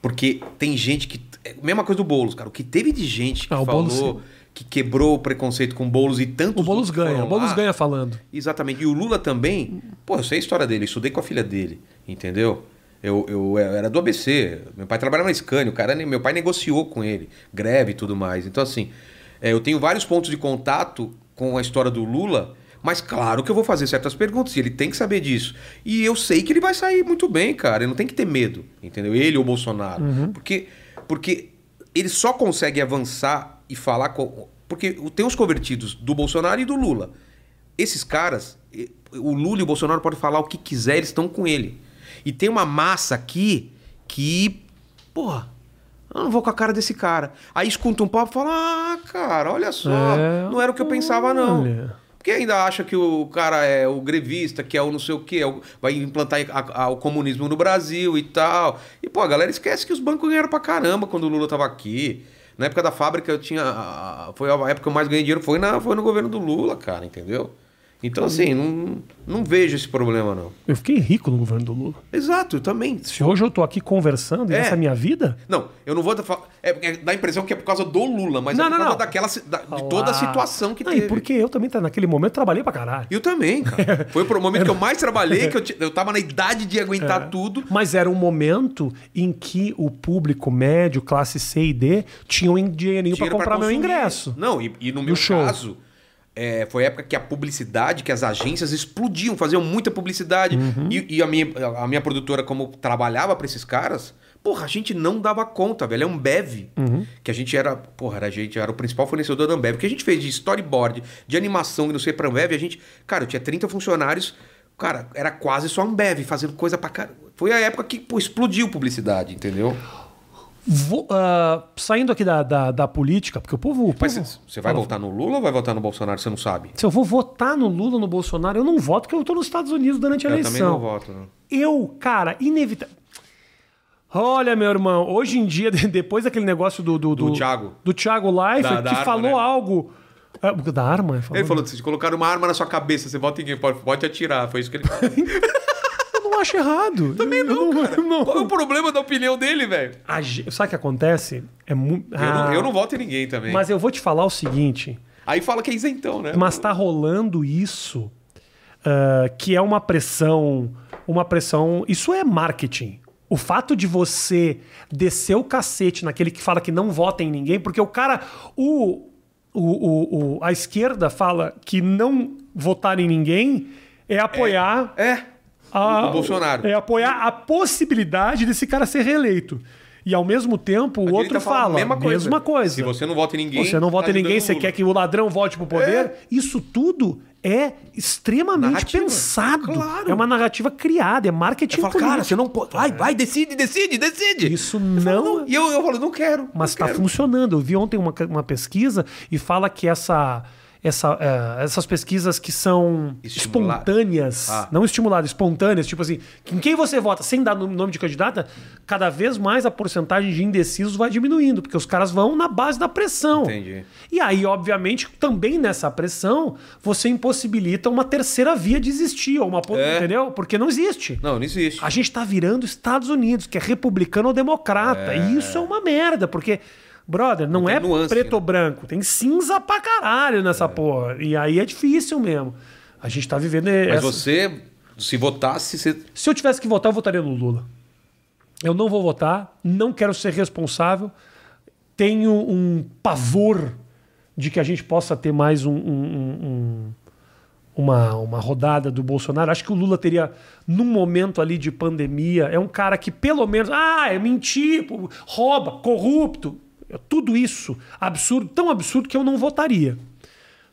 S2: Porque tem gente que. é a mesma coisa do Boulos, cara. O que teve de gente que
S1: Ah, o
S2: falou
S1: Boulos, sim.
S2: que quebrou o preconceito com o Boulos e tantos.
S1: o Boulos
S2: outros que
S1: ganha.
S2: foram
S1: O Boulos
S2: lá.
S1: ganha falando.
S2: Exatamente. E o Lula também. Pô, eu sei a história dele, eu estudei com a filha dele, entendeu? Eu, eu era do ABC, meu pai trabalhava na Scania, o cara, ne- meu pai negociou com ele, greve e tudo mais. Então, assim, é, eu tenho vários pontos de contato com a história do Lula, mas claro que eu vou fazer certas perguntas, e ele tem que saber disso. E eu sei que ele vai sair muito bem, cara, ele não tem que ter medo, entendeu? Ele ou o Bolsonaro. Porque, porque ele só consegue avançar e falar com. Porque tem os convertidos do Bolsonaro e do Lula. Esses caras, eh, o Lula e o Bolsonaro podem falar o que quiser, eles estão com ele. E tem uma massa aqui que, porra, eu não vou com a cara desse cara. Aí escuta um papo e fala: ah, cara, olha só,
S1: É,
S2: não era o que eu pensava, não.
S1: olha.
S2: Porque ainda acha que o cara é o grevista, que é o não sei o quê, é o- vai implantar a- a- o comunismo no Brasil e tal. E, pô, a galera esquece que os bancos ganharam pra caramba quando o Lula tava aqui. Na época da fábrica eu tinha. a- a- Foi a época que eu mais ganhei dinheiro, foi, na, foi no governo do Lula, cara, entendeu? Então, assim,
S1: Uhum.
S2: não, não vejo esse problema, não.
S1: Eu fiquei rico no governo do Lula.
S2: Exato, eu também.
S1: Se hoje eu tô aqui conversando e
S2: É.
S1: essa é a minha vida,
S2: Não, eu não vou. fa- É, é, dá a impressão que é por causa do Lula, mas
S1: Não,
S2: é por
S1: não,
S2: causa
S1: não.
S2: daquela si- da- de toda
S1: Falar.
S2: a situação que
S1: Não,
S2: teve.
S1: E porque eu também, tá, naquele momento, trabalhei pra caralho.
S2: Eu também, cara. Foi o momento que eu mais trabalhei, que eu, ti- eu tava na idade de aguentar tudo.
S1: Mas era um momento em que o público médio, classe C e D, tinham um dinheirinho pra
S2: dinheiro
S1: comprar meu
S2: consumir.
S1: ingresso.
S2: Não, e, e no meu
S1: show.
S2: caso, é, foi a época que a publicidade, que as agências explodiam, faziam muita publicidade.
S1: Uhum.
S2: E, e a, minha, a minha produtora, como trabalhava pra esses caras, porra, a gente não dava conta, velho. É um bev.
S1: Uhum.
S2: Que a gente era, porra, era, a gente era o principal fornecedor da Ambev. O que a gente fez de storyboard, de animação, que não sei pra Ambev, a gente. Cara, eu tinha 30 funcionários, cara, era quase só Ambev fazendo coisa pra caramba. Foi a época que pô, explodiu publicidade, entendeu?
S1: Vou- ah, saindo aqui da, da, da política, porque o povo. o
S2: Mas
S1: povo-
S2: você- você vai
S1: Fala.
S2: votar no Lula ou vai votar no Bolsonaro? Você não sabe.
S1: Se eu vou votar no Lula ou no Bolsonaro, eu não voto, porque eu tô nos Estados Unidos durante a
S2: Eu
S1: eleição.
S2: também não voto. Não.
S1: Eu, cara, inevitável. Olha, meu irmão, hoje em dia, de- depois daquele negócio do. Do,
S2: Do Thiago.
S1: Do Thiago Life,
S2: Da-
S1: que
S2: da arma,
S1: falou
S2: né?
S1: algo. É, Da arma?
S2: Ele falou assim: se colocar uma arma na sua cabeça, você vota em quem? Pode, pode atirar. Foi isso que ele falou.
S1: Eu não acho errado. Também não, não.
S2: Qual é o problema da opinião dele, velho?
S1: A ge- Sabe o que acontece? É muito.
S2: Eu, não- eu não voto em ninguém também.
S1: Mas eu vou te falar o seguinte.
S2: Aí fala que é isentão, né?
S1: Mas tá rolando isso, ah, que é uma pressão, uma pressão. Isso é marketing. O fato de você descer o cacete naquele que fala que não vota em ninguém, porque o cara. O, o, o- o- a esquerda fala que não votar em ninguém é apoiar.
S2: É.
S1: a-
S2: o Bolsonaro.
S1: É apoiar a possibilidade desse cara ser reeleito. E ao mesmo tempo, o
S2: direita
S1: outro fala.
S2: tá a mesma coisa.
S1: Mesma coisa.
S2: Se você não vota em ninguém.
S1: Você não vota
S2: tá
S1: em ninguém,
S2: ajudando
S1: você
S2: o
S1: quer
S2: Lula.
S1: que o ladrão volte pro poder.
S2: É.
S1: Isso tudo é extremamente
S2: Narrativa.
S1: pensado.
S2: Claro.
S1: É uma narrativa criada, é marketing
S2: Fala, cara,
S1: político.
S2: você não pode. Vai, vai, decide, decide, decide.
S1: É. Isso não... é.
S2: E eu, eu falo, não quero.
S1: Mas tá
S2: não
S1: está
S2: quero.
S1: funcionando. Eu vi ontem uma, uma pesquisa e fala que essa... Essa, eh, essas pesquisas que são
S2: Estimula-
S1: espontâneas,
S2: Ah.
S1: não estimuladas, espontâneas, tipo assim, em quem você vota sem dar no- nome de candidata, cada vez mais a porcentagem de indecisos vai diminuindo, porque os caras vão na base da pressão.
S2: Entendi.
S1: E aí, obviamente, também nessa pressão, você impossibilita uma terceira via de existir, ou uma, po-
S2: É.
S1: entendeu? Porque não existe.
S2: Não, não existe.
S1: A gente tá virando Estados Unidos, que é republicano ou democrata. E isso é uma merda, porque, brother, não,
S2: tem
S1: é
S2: nuance,
S1: preto
S2: né?
S1: ou branco, tem cinza pra caralho nessa porra. E aí é difícil mesmo. A gente tá vivendo
S2: Mas
S1: essa...
S2: você, se votasse, você.
S1: Se eu tivesse que votar, eu votaria no Lula. Eu não vou votar, não quero ser responsável, tenho um pavor de que a gente possa ter mais um- um- um- um- uma, uma rodada do Bolsonaro. Acho que o Lula teria, num momento ali de pandemia, é um cara que pelo menos. Ah, é mentir, pô, rouba, corrupto. É Tudo isso absurdo, tão absurdo que eu não votaria.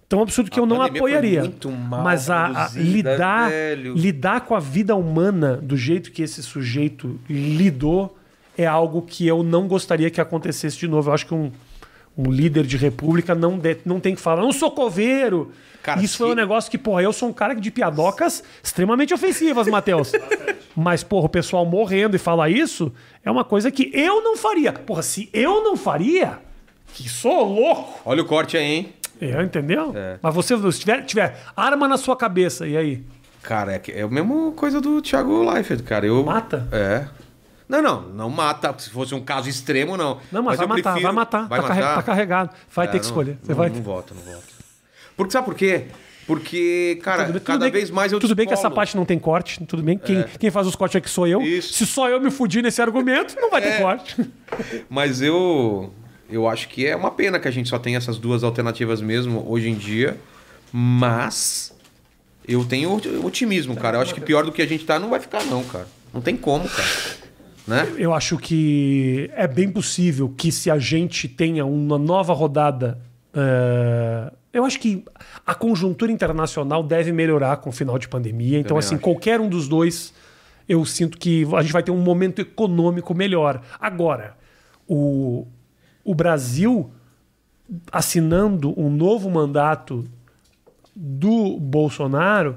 S1: Tão absurdo que eu não
S2: pandemia foi
S1: apoiaria.
S2: muito mal
S1: Mas a, a-
S2: conduzida,
S1: lidar,
S2: velho.
S1: lidar com a vida humana do jeito que esse sujeito lidou é algo que eu não gostaria que acontecesse de novo. Eu acho que um, um líder de república não, de- não tem que falar, não sou coveiro.
S2: Cara,
S1: Isso foi
S2: se-
S1: um negócio que, porra, eu sou um cara de piadocas extremamente ofensivas, Matheus. Mas, porra, o pessoal morrendo e falar isso é uma coisa que eu não faria. Porra, se eu não faria, que sou louco.
S2: Olha o corte aí, hein?
S1: É, entendeu?
S2: É.
S1: Mas você, se tiver, tiver arma na sua cabeça, e aí?
S2: Cara, é, que- é a mesma coisa do Thiago Leifert, cara. Eu,
S1: Mata?
S2: É. Não, não, não mata. Se fosse um caso extremo, não.
S1: Não, mas, vai,
S2: eu
S1: matar,
S2: prefiro-
S1: vai matar,
S2: Vai
S1: tá,
S2: matar?
S1: carre- tá carregado. Vai
S2: É,
S1: ter que
S2: não-
S1: escolher. Você
S2: não,
S1: vai
S2: não
S1: ter...
S2: voto, não voto. Porque, sabe por quê? Porque, cara,
S1: Tudo bem-
S2: cada
S1: tudo bem-
S2: vez mais eu
S1: Tudo bem que essa
S2: descolo. É.
S1: parte não tem corte, tudo bem. Quem, quem faz os cortes aqui sou eu.
S2: Isso. É.
S1: Se só eu me fudir nesse argumento, não vai ter corte.
S2: Mas eu eu acho que é uma pena que a gente só tem essas duas alternativas mesmo hoje em dia, mas eu tenho ot- otimismo, cara. Eu acho que pior do que a gente tá não vai ficar não, cara. Não tem como, cara. Né?
S1: Eu acho que é bem possível que se a gente tenha uma nova rodada. eh, Eu acho que a conjuntura internacional deve melhorar com o final de pandemia. Então,
S2: Também
S1: assim,
S2: acho.
S1: qualquer um dos dois, eu sinto que a gente vai ter um momento econômico melhor. Agora, o, o Brasil assinando um novo mandato do Bolsonaro,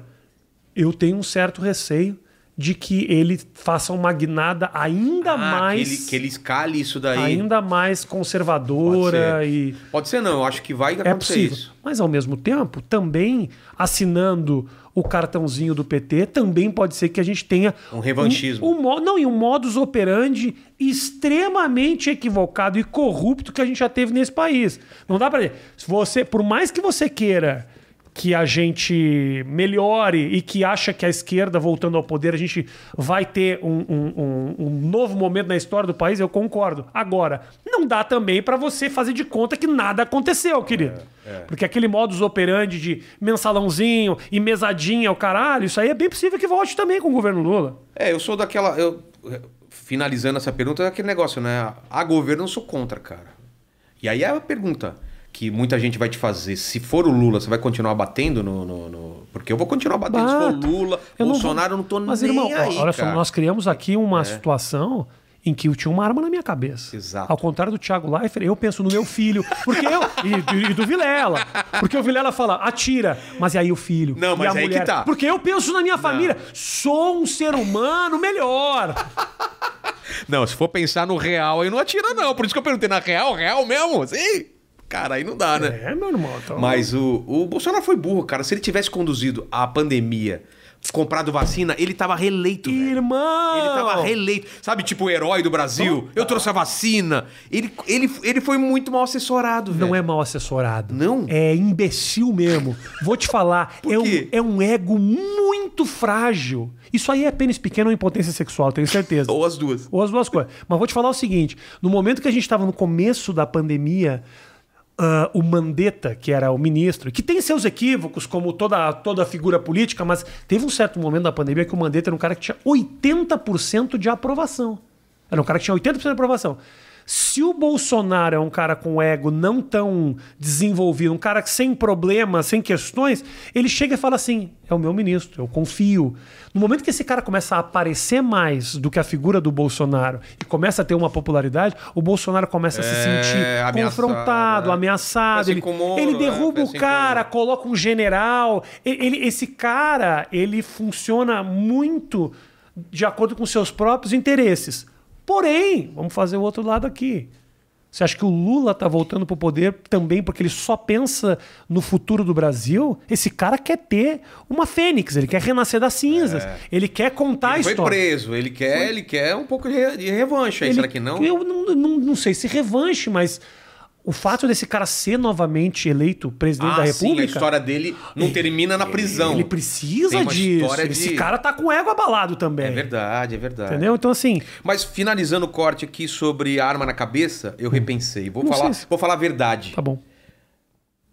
S1: eu tenho um certo receio de que ele faça uma guinada ainda mais
S2: Ah, que, ele, que ele escale isso daí.
S1: ainda mais conservadora
S2: Pode ser.
S1: e
S2: Pode ser não, eu acho que vai acontecer
S1: é possível.
S2: isso.
S1: Mas ao mesmo tempo, também assinando o cartãozinho do PT, também pode ser que a gente tenha
S2: Um revanchismo.
S1: um, um mo- não, e um modus operandi extremamente equivocado e corrupto que a gente já teve nesse país. Não dá pra dizer. Se você, por mais que você queira que a gente melhore e que acha que a esquerda voltando ao poder a gente vai ter um, um- um- um novo momento na história do país, eu concordo. Agora, não dá também para você fazer de conta que nada aconteceu, querido.
S2: É,
S1: Porque aquele modus operandi de mensalãozinho e mesadinha, o caralho, isso aí é bem possível que volte também com o governo Lula.
S2: É, eu sou daquela. Eu, finalizando essa pergunta, é aquele negócio, né? A governo eu sou contra, cara. E aí é a pergunta que muita gente vai te fazer: se for o Lula, você vai continuar batendo no. no- no- Porque eu vou continuar batendo. Se
S1: Bato.
S2: for Lula,
S1: Eu não
S2: Bolsonaro, eu não,
S1: vou-
S2: tô
S1: Mas,
S2: nem
S1: irmão,
S2: aí.
S1: olha
S2: cara. É.
S1: só, nós criamos aqui uma situação em que eu tinha uma arma na minha cabeça.
S2: Exato.
S1: Ao contrário do Thiago Leifert, eu penso no meu filho. Porque eu. E do, e do Vilela. Porque o Vilela fala, atira. Mas e aí o filho?
S2: Não,
S1: E
S2: mas
S1: a
S2: aí que
S1: mulher?
S2: tá.
S1: Porque eu penso na minha família. Sou um ser humano melhor.
S2: Não, se for pensar no real, aí não atira, não. Por isso que eu perguntei: na real, real mesmo? Sim. Cara, aí não dá, né?
S1: É, meu irmão. então-
S2: Mas o, o Bolsonaro foi burro, cara. Se ele tivesse conduzido a pandemia, comprado vacina, ele tava reeleito, velho.
S1: Irmão!
S2: Ele tava reeleito. Sabe, tipo, o herói do Brasil? Eu trouxe a vacina. Ele, ele, ele foi muito mal assessorado, velho.
S1: Não é mal assessorado.
S2: Não?
S1: É imbecil mesmo. Vou te falar,
S2: Por
S1: é, um,
S2: quê?
S1: é um ego muito frágil. Isso aí é pênis pequeno ou impotência sexual, tenho certeza.
S2: Ou as duas.
S1: Ou as duas coisas. Mas vou te falar o seguinte: no momento que a gente estava no começo da pandemia, ah, o Mandetta, que era o ministro, que tem seus equívocos, como toda, toda figura política, mas teve um certo momento da pandemia que o Mandetta era um cara que tinha 80% de aprovação. Era um cara que tinha 80% de aprovação. Se o Bolsonaro é um cara com ego não tão desenvolvido, um cara que sem problemas, sem questões, ele chega e fala assim: é o meu ministro, eu confio. No momento que esse cara começa a aparecer mais do que a figura do Bolsonaro e começa a ter uma popularidade, o Bolsonaro começa a se
S2: É,
S1: sentir
S2: ameaçado,
S1: confrontado,
S2: né?
S1: ameaçado.
S2: Parece
S1: Ele,
S2: com o Moro,
S1: ele
S2: né?
S1: derruba
S2: Parece
S1: o
S2: com-
S1: cara, coloca um general. E- Ele, esse cara, ele funciona muito de acordo com seus próprios interesses. Porém, vamos fazer o outro lado aqui. Você acha que o Lula tá voltando pro poder também porque ele só pensa no futuro do Brasil? Esse cara quer ter uma fênix, ele quer renascer das cinzas, ele quer contar a
S2: É. Ele foi
S1: história.
S2: preso. Ele quer, ele quer um pouco de, re- de revanche aí.
S1: Ele-
S2: Será que não?
S1: Eu não, não, não sei se revanche, mas o fato desse cara ser novamente eleito presidente da
S2: Ah, sim, a
S1: República.
S2: história dele não termina na prisão.
S1: Ele precisa
S2: Tem uma
S1: disso.
S2: história
S1: Esse
S2: de-
S1: cara tá com o ego abalado também.
S2: É verdade, é verdade.
S1: Entendeu? Então, assim,
S2: Mas finalizando o corte aqui sobre a arma na cabeça, eu repensei. Vou
S1: Hum. Não
S2: falar,
S1: sei se-
S2: vou falar a verdade.
S1: tá bom.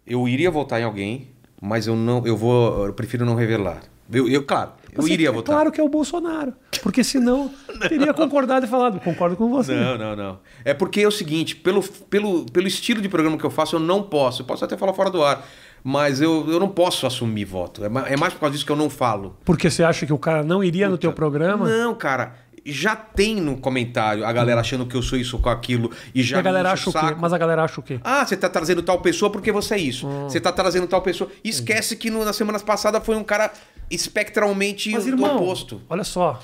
S2: Eu iria votar em alguém, mas eu não, eu vou, eu prefiro não revelar. Eu, eu claro, eu
S1: Mas é
S2: iria
S1: que-
S2: votar.
S1: Claro que é o Bolsonaro. Porque senão teria concordado e falado, concordo com você.
S2: Não, não, não. É porque é o seguinte, pelo, pelo, pelo estilo de programa que eu faço, eu não posso. Eu posso até falar fora do ar, mas eu, eu não posso assumir voto. É, ma- é mais por causa disso que eu não falo.
S1: Porque você acha que o cara não iria no teu programa?
S2: Não, cara. Já tem no comentário a galera achando que eu sou isso com aquilo e
S1: E
S2: já
S1: Hum. a
S2: me
S1: galera
S2: enche
S1: acha o quê? Hum.
S2: saco.
S1: Mas a galera acha o quê?
S2: Ah, você tá trazendo tal pessoa porque você é isso. Você tá trazendo tal pessoa. E Esquece que no- nas semanas passadas foi um cara espectralmente
S1: Mas,
S2: do
S1: irmão,
S2: oposto.
S1: olha só.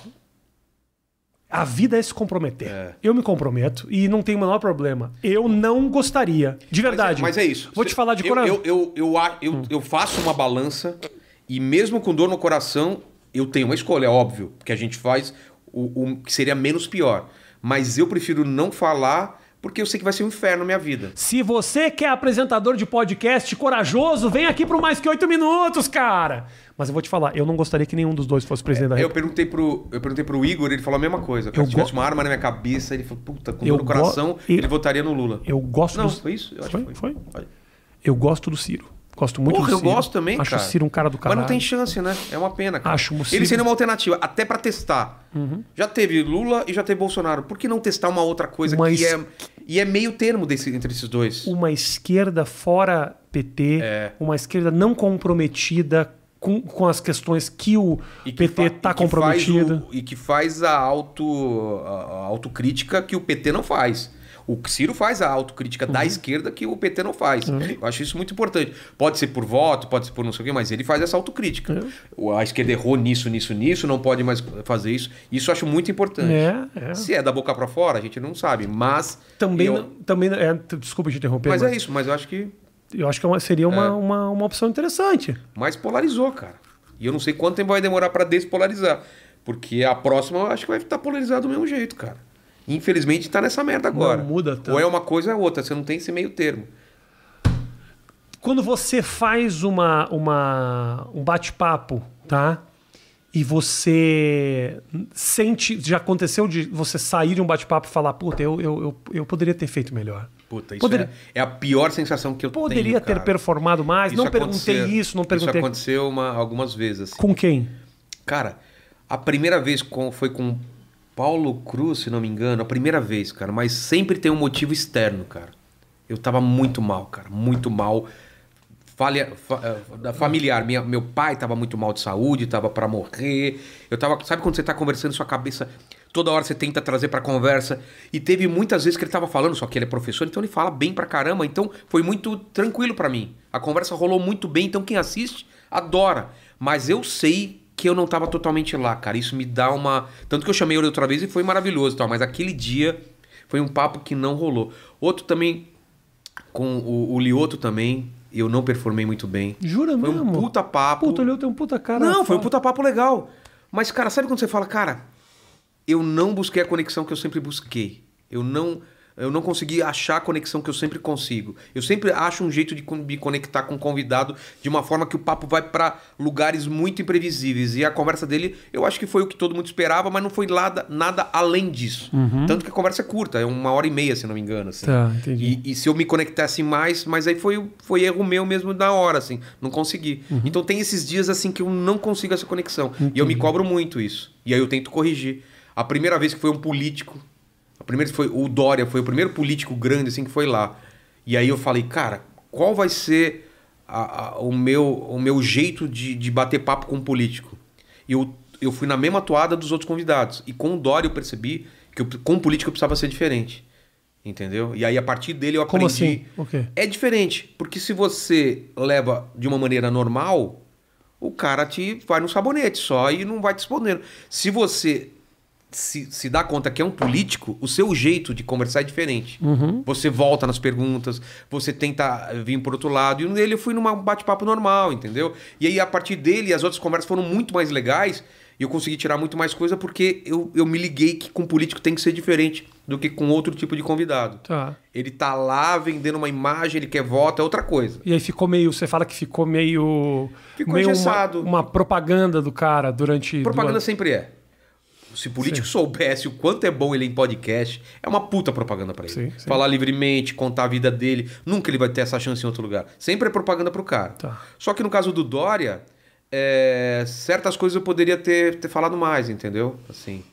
S1: A vida é se comprometer.
S2: É.
S1: Eu me comprometo e não tem o menor problema. Eu não gostaria. De verdade.
S2: Mas é, mas é isso.
S1: Vou
S2: Cê-
S1: te falar de
S2: eu,
S1: coração.
S2: Eu, eu, eu, a- eu, eu faço uma balança e mesmo com dor no coração, eu tenho uma escolha, é óbvio, que a gente faz o, o que seria menos pior. Mas eu prefiro não falar porque eu sei que vai ser um inferno na minha vida.
S1: Se você quer apresentador de podcast corajoso, vem aqui por mais que oito minutos, cara. Mas eu vou te falar, eu não gostaria que nenhum dos dois fosse presidente da
S2: Aí É, Eu
S1: República.
S2: perguntei, pro, eu perguntei pro Igor, ele falou a mesma coisa. Cara,
S1: Eu
S2: se tivesse
S1: go-
S2: uma arma na minha cabeça, ele falou, puta, com
S1: Eu
S2: dor no coração,
S1: go- eu-
S2: ele votaria no Lula.
S1: Eu gosto
S2: Não,
S1: do...
S2: foi isso? Eu acho
S1: foi,
S2: que
S1: foi.
S2: foi.
S1: Eu gosto do Ciro. Gosto muito
S2: Porra,
S1: do
S2: eu
S1: Ciro.
S2: gosto também,
S1: Acho
S2: cara.
S1: o Ciro um cara do
S2: Mas
S1: caralho.
S2: não tem chance, né? É uma pena, cara.
S1: Acho um
S2: Ele
S1: Ciro- Uhum.
S2: seria uma alternativa, até pra testar. Já teve Lula e já teve Bolsonaro. Por que não testar uma outra coisa
S1: Mas-
S2: que é... E é meio termo desse- entre esses dois.
S1: uma esquerda fora PT,
S2: É.
S1: uma esquerda não comprometida com, com as questões que o PT
S2: fa-
S1: está
S2: e que faz
S1: tá comprometido.
S2: o- e que faz a, auto, a- a autocrítica que o PT não faz. O Ciro faz a autocrítica
S1: Uhum.
S2: da esquerda que o PT não faz. Eu acho isso muito importante. Pode ser por voto, pode ser por não sei o quê, mas ele faz essa autocrítica.
S1: Uhum.
S2: O- A esquerda errou nisso, nisso, nisso, não pode mais fazer isso. Isso eu acho muito importante.
S1: É, é.
S2: Se é da boca pra fora, a gente não sabe, mas.
S1: Também,
S2: eu-
S1: não- também não- é, t- desculpa te interromper, mas,
S2: Mas é isso, mas eu acho que
S1: eu acho que é uma- seria uma, uma, uma opção interessante.
S2: mais polarizou, cara. E eu não sei quanto tempo vai demorar pra despolarizar. Porque a próxima eu acho que vai estar polarizada do mesmo jeito, cara. Infelizmente tá nessa merda agora.
S1: muda tanto.
S2: Ou é uma coisa ou é outra, você não tem esse meio termo.
S1: Quando você faz uma, uma, um bate-papo, tá? E você sente. Já aconteceu de você sair de um bate-papo e falar, puta, eu, eu, eu, eu poderia ter feito melhor.
S2: Puta, isso
S1: Poderia-
S2: é, é a pior sensação que eu
S1: Poderia
S2: tenho,
S1: ter
S2: cara.
S1: performado mais,
S2: Isso
S1: não perguntei
S2: aconteceu-
S1: isso, não perguntei.
S2: Isso aconteceu uma- algumas vezes. assim.
S1: Com quem?
S2: Cara, a primeira vez com- foi com Paulo Cruz, se não me engano, a primeira vez, cara, mas sempre tem um motivo externo, cara. Eu tava muito mal, cara, muito mal. Falha, fa- eh, da familiar, Minha- meu pai tava muito mal de saúde, tava pra morrer. Eu tava, sabe quando você tá conversando sua cabeça toda hora você tenta trazer pra conversa e teve muitas vezes que ele tava falando, só que ele é professor, então ele fala bem pra caramba, então foi muito tranquilo pra mim. A conversa rolou muito bem, então quem assiste adora, mas eu sei que eu não tava totalmente lá, cara. Isso me dá uma. Tanto que eu chamei ele outra vez e foi maravilhoso e tal, mas aquele dia foi um papo que não rolou. Outro também, com o, o Lioto também, eu não performei muito bem.
S1: Jura
S2: Foi
S1: mesmo?
S2: um puta papo.
S1: Puta, olhou, tem um puta cara.
S2: Não, foi um puta papo legal. Mas, cara, sabe quando você fala, cara, eu não busquei a conexão que eu sempre busquei. Eu não, eu não consegui achar a conexão que eu sempre consigo. Eu sempre acho um jeito de con- me conectar com o convidado de uma forma que o papo vai pra lugares muito imprevisíveis. E a conversa dele, eu acho que foi o que todo mundo esperava, mas não foi nada, nada além disso. Tanto que a conversa é curta, é uma hora e meia, se não me engano. assim.
S1: Uhum. Tá, entendi.
S2: E- e, e se eu me conectasse mais, mas aí foi, foi erro meu mesmo na hora, assim, não consegui. Então tem esses dias assim que eu não consigo essa conexão. E eu me cobro muito isso. E aí eu tento corrigir. A primeira vez que foi um político, a primeira foi o Dória, foi o primeiro político grande assim que foi lá. E aí eu falei, cara, qual vai ser a- a- o, meu, o meu jeito de, de bater papo com um político? E eu, eu fui na mesma toada dos outros convidados. E com o Dória eu percebi que eu- com o político eu precisava ser diferente. Entendeu? E aí, a partir dele, eu
S1: Como
S2: aprendi.
S1: assim? O quê?
S2: É diferente, porque se você leva de uma maneira normal, o cara te vai no sabonete só e não vai te respondendo. Se você se, se dá conta que é um político, o seu jeito de conversar é diferente. Você volta nas perguntas, você tenta vir por outro lado. E nele eu fui num bate-papo normal, entendeu? E aí, a partir dele, as outras conversas foram muito mais legais e eu consegui tirar muito mais coisa porque eu, eu me liguei que com político tem que ser diferente do que com outro tipo de convidado.
S1: Tá.
S2: Ele tá lá vendendo uma imagem, ele quer voto, é outra coisa.
S1: E aí ficou meio. Você fala que ficou meio.
S2: Ficou
S1: meio uma,
S2: engessado.
S1: uma propaganda do cara durante.
S2: Propaganda
S1: duas-
S2: sempre é. Se político soubesse o quanto é bom ele em podcast, é uma puta propaganda pra ele.
S1: Sim, sim.
S2: Falar livremente, contar a vida dele, nunca ele vai ter essa chance em outro lugar. Sempre é propaganda pro cara.
S1: Tá.
S2: Só que no caso do Dória, é, certas coisas eu poderia ter, ter falado mais, entendeu? Assim.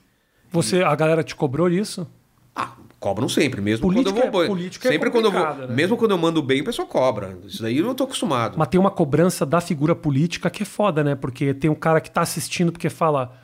S1: Você, a galera te cobrou isso?
S2: Ah, cobram sempre, mesmo
S1: Político
S2: quando eu vou
S1: é-
S2: bem.
S1: político é
S2: sempre quando eu vou,
S1: complicado, né?
S2: mesmo quando eu mando bem, o pessoal cobra. Isso daí eu tô acostumado.
S1: Mas tem uma cobrança da figura política que é foda, né? Porque tem um cara que tá assistindo porque fala.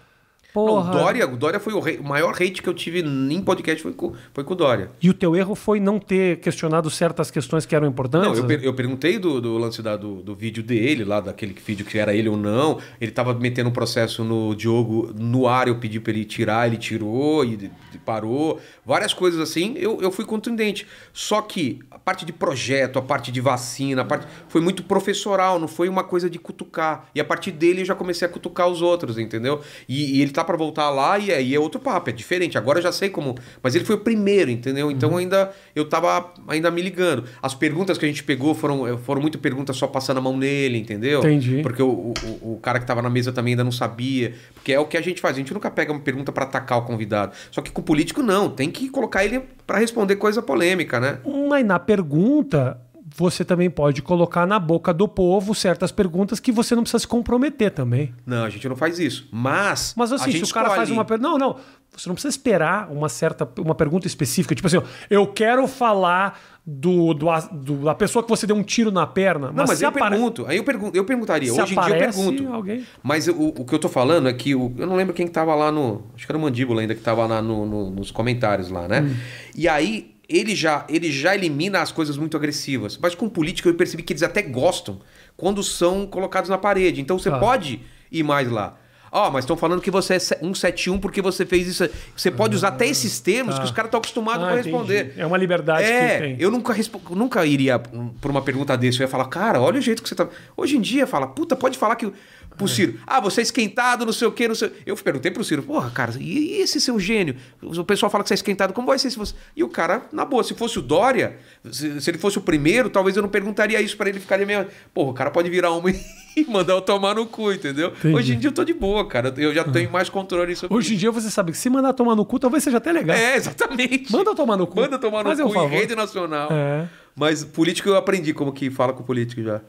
S2: Não,
S1: Porra.
S2: Dória, o Dória foi o, rei- o maior hate que eu tive em podcast foi com, foi com o Dória.
S1: E o teu erro foi não ter questionado certas questões que eram
S2: Não,
S1: importantes?
S2: eu, per- eu perguntei do, do lance da- do, do vídeo dele, lá daquele vídeo que era ele ou não. Ele tava metendo um processo no Diogo no ar, eu pedi pra ele tirar, ele tirou e de- de- parou. Várias coisas assim, eu, eu fui contundente. Só que a parte de projeto, a parte de vacina, a parte. Foi muito professoral, não foi uma coisa de cutucar. E a partir dele eu já comecei a cutucar os outros, entendeu? E, e ele tá pra voltar lá e aí é outro papo, é diferente. Agora eu já sei como. Mas ele foi o primeiro, entendeu? Então
S1: Uhum.
S2: ainda eu tava ainda me ligando. As perguntas que a gente pegou foram, eh, foram muito perguntas só passando a mão nele, entendeu?
S1: Entendi.
S2: Porque o, o, o- o cara que tava na mesa também ainda não sabia. Porque é o que a gente faz, a gente nunca pega uma pergunta pra atacar o convidado. Só que com o político não, tem que colocar ele pra responder coisa polêmica, né?
S1: Mas na pergunta, você também pode colocar na boca do povo certas perguntas que você não precisa se comprometer também.
S2: Não, a gente não faz isso. Mas.
S1: Mas
S2: a
S1: assim, se
S2: gente
S1: o cara faz
S2: escolhe.
S1: uma pergunta. Não, não. Você não precisa esperar uma certa uma pergunta específica. Tipo assim, ó, eu quero falar do, do, a- do- da pessoa que você deu um tiro na perna.
S2: Não, mas,
S1: se
S2: eu
S1: apare-
S2: pergunto. Aí eu, pergun eu perguntaria.
S1: se
S2: Hoje em dia eu
S1: aparece
S2: pergunto.
S1: alguém.
S2: Mas eu- o, o que eu tô falando é que o- eu não lembro quem que tava lá no. Acho que era o Mandíbula ainda que tava lá no- no- nos comentários lá,
S1: Hum.
S2: né? E aí ele já, ele já elimina as coisas muito agressivas. Mas com política eu percebi que eles até gostam quando são colocados na parede. Então você
S1: Tá.
S2: pode ir mais lá. Ó, mas estão falando que você é se- 171 porque você fez isso. Você pode usar até esses termos que os caras estão acostumados
S1: Ah,
S2: pra
S1: entendi.
S2: responder.
S1: É uma liberdade que
S2: É,
S1: tem.
S2: eu nunca, respo- nunca iria hum, por uma pergunta desse. Eu ia falar, cara, olha o jeito que você tá. Hoje em dia, fala, puta, pode falar que. Pro Ciro, ah, você é esquentado, não sei o quê, não sei. Eu perguntei pro Ciro, porra, cara, e e esse seu gênio? O pessoal fala que você é esquentado, como vai ser se você. E o cara, na boa, se fosse o Dória, se, se ele fosse o primeiro, talvez eu não perguntaria isso pra ele, ficaria meio. Porra, o cara pode virar uma e mandar eu tomar no cu, entendeu? Hoje em dia eu tô de boa, cara. Eu já tenho mais controle sobre
S1: Hoje em dia você sabe que se mandar tomar no cu, talvez seja até legal.
S2: é, exatamente.
S1: Manda tomar no cu.
S2: Manda tomar no
S1: Faz
S2: cu
S1: um favor.
S2: em rede nacional.
S1: É.
S2: Mas político eu aprendi como que fala com político já.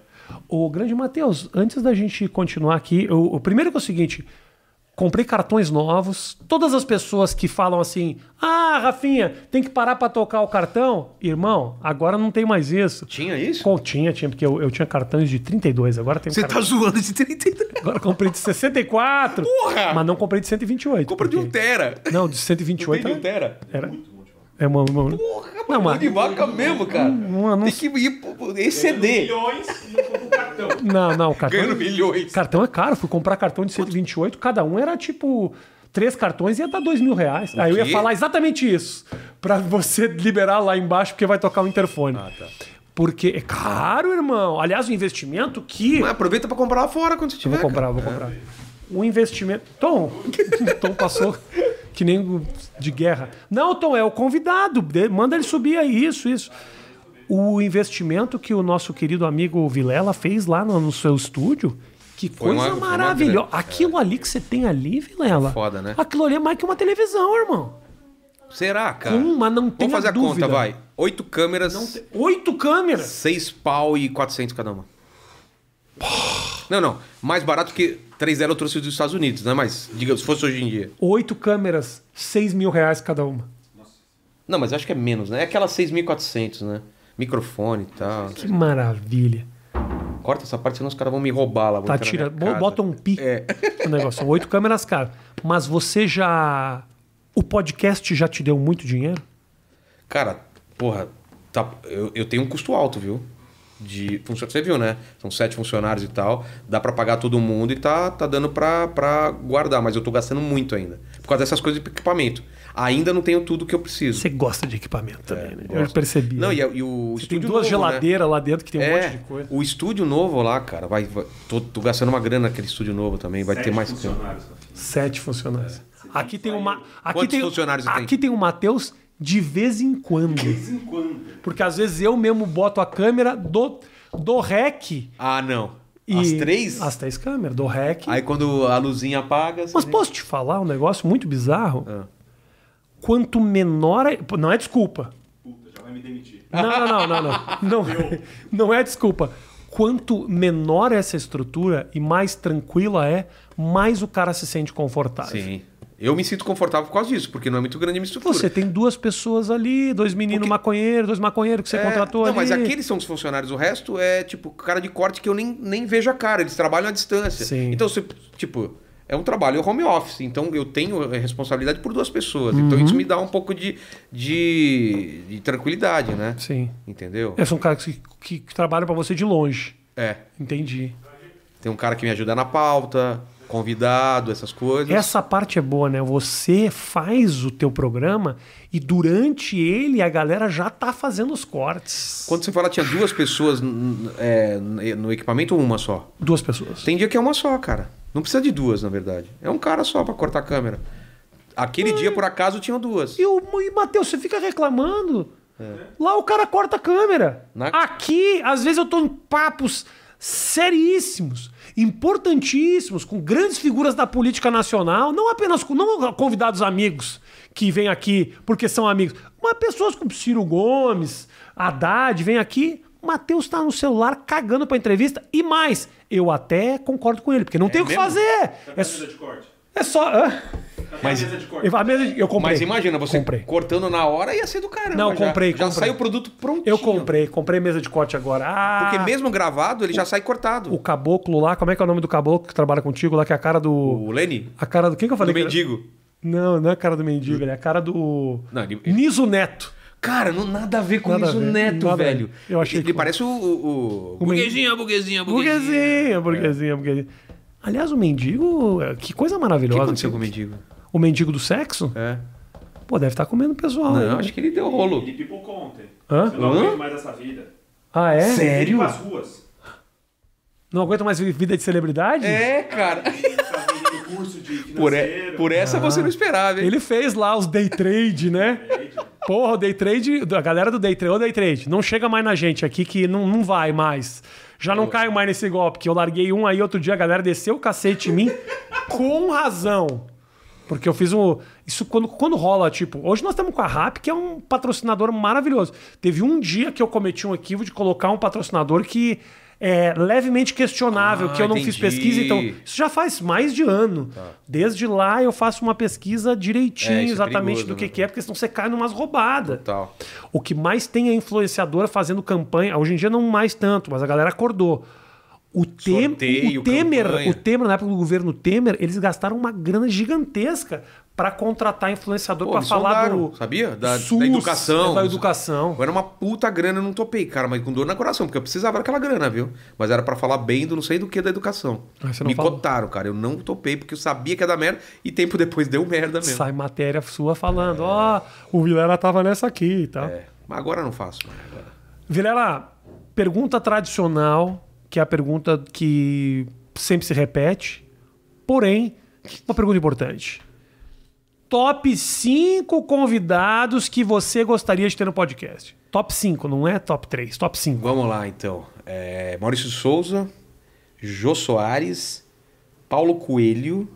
S1: Ô, grande Matheus, antes da gente continuar aqui, eu- o primeiro que é o seguinte. Comprei cartões novos. Todas as pessoas que falam assim: Ah, Rafinha, tem que parar pra tocar o cartão. Irmão, agora não tem mais isso.
S2: Tinha isso?
S1: Com- Tinha, tinha, porque eu, eu tinha cartões de 32, agora tem um
S2: Você
S1: cartão-
S2: tá zoando de 30
S1: Agora eu comprei de 64.
S2: Porra!
S1: Mas não comprei de 128.
S2: Compra de
S1: porque-
S2: um tera.
S1: Não, de 128
S2: Tem de um tera?
S1: era. É uma. uma-
S2: Porra, mas
S1: então. Não,
S2: mão
S1: mas- Hum,
S2: de vaca mesmo, cara.
S1: não-
S2: Tem que ir pô, pô, exceder.
S3: milhões e não compra o cartão.
S1: Não, não, cartão.
S2: Ganhando milhões.
S1: Cartão é caro. Fui comprar cartão de 128, cada um era tipo. Três cartões ia dar dois mil reais. Aí eu
S2: quê?
S1: ia falar exatamente isso. Pra você liberar lá embaixo, porque vai tocar o interfone. Porque é caro, irmão. Aliás, o investimento que.
S2: Mas aproveita pra comprar lá fora quando você
S1: Eu
S2: tiver.
S1: vou comprar, vou comprar. O investimento. Tom! Tom passou que nem o de guerra. Não, Tom, é o convidado. de- Manda ele subir aí, isso, isso. O investimento que o nosso querido amigo Vilela fez lá no, no seu estúdio. Que
S2: Foi uma-
S1: coisa
S2: foi uma
S1: maravilhosa.
S2: grande-
S1: Aquilo ali que você tem ali, Vilela.
S2: Foda, né?
S1: Aquilo ali é mais que uma televisão, irmão.
S2: cara. Será, cara?
S1: Hum, mas não tenha
S2: É. Vamos fazer a
S1: dúvida.
S2: conta, vai. Oito câmeras,
S1: Oito câmeras.
S2: seis pau e 400 cada uma. Não, não. Mais barato que 3 eu trouxe dos Estados Unidos, né? Mas, diga, se fosse hoje em dia.
S1: Oito câmeras, seis mil reais cada uma.
S2: Não, mas acho que é menos, né? É aquela 6.400, né? Microfone e tal.
S1: Que maravilha.
S2: Corta essa parte, senão os caras vão me roubar lá. vão
S1: Tá,
S2: entrar na
S1: tira,
S2: minha
S1: bo-
S2: casa.
S1: bota um pi
S2: É.
S1: no negócio. São oito câmeras, cara. Mas você já. O podcast já te deu muito dinheiro?
S2: Cara, porra, tá, eu, eu tenho um custo alto, viu? De funcionário, você viu, né? São sete funcionários e tal. Dá pra pagar todo mundo e tá, tá dando pra, pra guardar, mas eu tô gastando muito ainda. Por causa dessas coisas de equipamento. Ainda não tenho tudo que eu preciso.
S1: Você gosta de equipamento também, né? Eu
S2: É, Gosto.
S1: percebi.
S2: Não,
S1: né?
S2: e, a- e o
S1: Você tem
S2: estúdio
S1: duas
S2: novo, né?
S1: geladeiras lá dentro que tem um
S2: é,
S1: monte de coisa.
S2: O estúdio novo lá, cara, vai, vai- tô, tô gastando uma grana naquele estúdio novo também, vai ter mais câmera.
S3: funcionários.
S1: Sete funcionários. Aqui tem uma. Aqui
S2: É, Quantos
S1: tem, um,
S2: funcionários você tem?
S1: Aqui tem o Matheus de vez em quando.
S3: De vez em quando.
S1: Porque às vezes eu mesmo boto a câmera do, do REC. E
S2: Ah, não. As três?
S1: As três câmeras, do REC.
S2: Aí quando a luzinha apaga.
S1: Mas
S2: você-
S1: posso te falar um negócio muito bizarro?
S2: Ah.
S1: Quanto menor. é- Pô, Não é desculpa.
S3: Puta, já vai me demitir.
S1: Não, não, não, não, não. Não, não é desculpa. Quanto menor essa estrutura e mais tranquila é, mais o cara se sente confortável.
S2: Sim. Eu me sinto confortável por causa disso, porque não é muito grande a minha estrutura.
S1: Você tem duas pessoas ali, dois meninos maconheiros, dois maconheiros que você
S2: É,
S1: contratou
S2: Não,
S1: ali.
S2: mas aqueles são os funcionários, o resto é tipo cara de corte que eu nem, nem vejo a cara, eles trabalham à distância.
S1: Sim.
S2: Então, você, tipo, é um trabalho home office, então eu tenho a responsabilidade por duas pessoas. Então
S1: Uhum.
S2: isso me dá um pouco de, de, de tranquilidade, né?
S1: Sim.
S2: Entendeu?
S1: É, são caras que, que- que trabalham pra você de longe.
S2: É.
S1: Entendi.
S2: Tem um cara que me ajuda na pauta, convidado, essas coisas.
S1: Essa parte é boa, né? Você faz o teu programa e durante ele a galera já tá fazendo os cortes.
S2: Quando você fala tinha duas pessoas n- é, no equipamento ou uma só?
S1: Duas pessoas.
S2: Tem dia que é uma só, cara. Não precisa de duas, na verdade. É um cara só pra cortar a câmera. Aquele dia, por acaso, tinham duas.
S1: E o e, Matheus, você fica reclamando. Lá o cara corta a câmera.
S2: É. Na-
S1: Aqui, às vezes, eu tô em papos seríssimos, importantíssimos, com grandes figuras da política nacional, não apenas com não convidados amigos que vêm aqui porque são amigos, mas pessoas como Ciro Gomes, Haddad, vêm aqui. Matheus tá no celular cagando pra entrevista e mais, eu até concordo com ele, porque não tem o que
S2: É mesmo?
S1: fazer.
S3: Cadê
S1: É,
S3: a
S1: só-
S3: mesa de corte?
S1: é só. hã?
S3: Cadê
S2: Mas-
S3: a mesa de corte?
S1: Eu, a mesa de- eu comprei.
S2: Mas imagina, você
S1: Comprei.
S2: cortando na hora ia ser do caramba.
S1: Não,
S2: já.
S1: comprei,
S2: Já
S1: comprei.
S2: sai o produto prontinho.
S1: Eu comprei, comprei mesa de corte agora. Ah,
S2: Porque mesmo gravado, ele já sai
S1: o
S2: cortado.
S1: caboclo lá, como é que é o nome do caboclo que trabalha contigo lá, que é a cara do.
S2: O Lenny,
S1: A cara do. Quem que eu
S2: do
S1: falei? que era?
S2: mendigo.
S1: Não, não é a cara do mendigo, ele é a cara do.
S2: Não, ele-
S1: Niso Neto.
S2: Cara, não, nada a ver com
S1: Nada a
S2: isso,
S1: ver,
S2: Neto,
S1: nada a ver.
S2: velho.
S1: Eu achei
S2: Ele
S1: que-
S2: parece o... o, o...
S1: men-
S2: Burguesinha, burguesinha, burguesinha.
S1: Burguesinha, burguesinha, burguesinha. Aliás, o mendigo, é, que coisa maravilhosa.
S2: que aconteceu com o mendigo?
S1: O mendigo do sexo?
S2: É.
S1: Pô, deve estar comendo pessoal.
S2: Não,
S1: aí, né?
S2: acho que ele deu rolo.
S3: Ele pipocou ontem.
S1: Hã?
S3: Eu não
S2: Hã?
S3: aguento mais essa vida.
S1: Ah, é?
S3: Ele pras ruas.
S1: Não aguento mais vi- vida de celebridade?
S2: É, cara.
S3: Ele tá vendendo curso de financeiro.
S2: Por, e- por é- essa você não esperava, hein?
S1: Ah. Ele fez lá os day trade, né? Porra, o day trade, a galera do day trade, ô day trade, não chega mais na gente aqui que não, não vai mais. Já não caio mais nesse golpe, que eu larguei um aí outro dia, a galera desceu o cacete em mim com razão. Porque eu fiz um. Isso quando, quando rola, tipo. Hoje nós estamos com a RAP, que é um patrocinador maravilhoso. Teve um dia que eu cometi um equívoco de colocar um patrocinador que é levemente questionável,
S2: Ah,
S1: que eu não fiz
S2: entendi.
S1: pesquisa, então. Isso já faz mais de ano. Desde lá eu faço uma pesquisa direitinho,
S2: Tá. É, isso é
S1: exatamente
S2: perigoso,
S1: do que,
S2: né?
S1: que é, porque senão você cai numas roubadas.
S2: Tal.
S1: O que mais tem é influenciadora fazendo campanha. Hoje em dia não mais tanto, mas a galera acordou. O, Tem-
S2: Sorteio,
S1: o Temer,
S2: campanha.
S1: o Temer, na época do governo Temer, eles gastaram uma grana gigantesca para contratar influenciador
S2: Pô,
S1: para
S2: me
S1: falar
S2: sondaram,
S1: do
S2: sabia? Da- da
S1: SUS, é,
S2: educação.
S1: Da educação.
S2: Era uma puta grana, eu não topei, cara, mas com dor no coração, porque eu precisava daquela grana, viu? Mas era pra falar bem do não sei do que da educação.
S1: Ah, você não
S2: Me
S1: falou.
S2: cotaram, cara, eu não topei, porque eu sabia que ia dar merda e tempo depois deu merda mesmo.
S1: Sai matéria sua falando, ó, o Vilela tava nessa aqui e tal.
S2: É, mas agora eu não faço. mano.
S1: Vilela, pergunta tradicional, que é a pergunta que sempre se repete, porém, uma pergunta importante. Top 5 convidados que você gostaria de ter no podcast. Top 5, não é top 3, top 5.
S2: Vamos lá, então. É, Maurício Souza, Jô Soares, Paulo Coelho.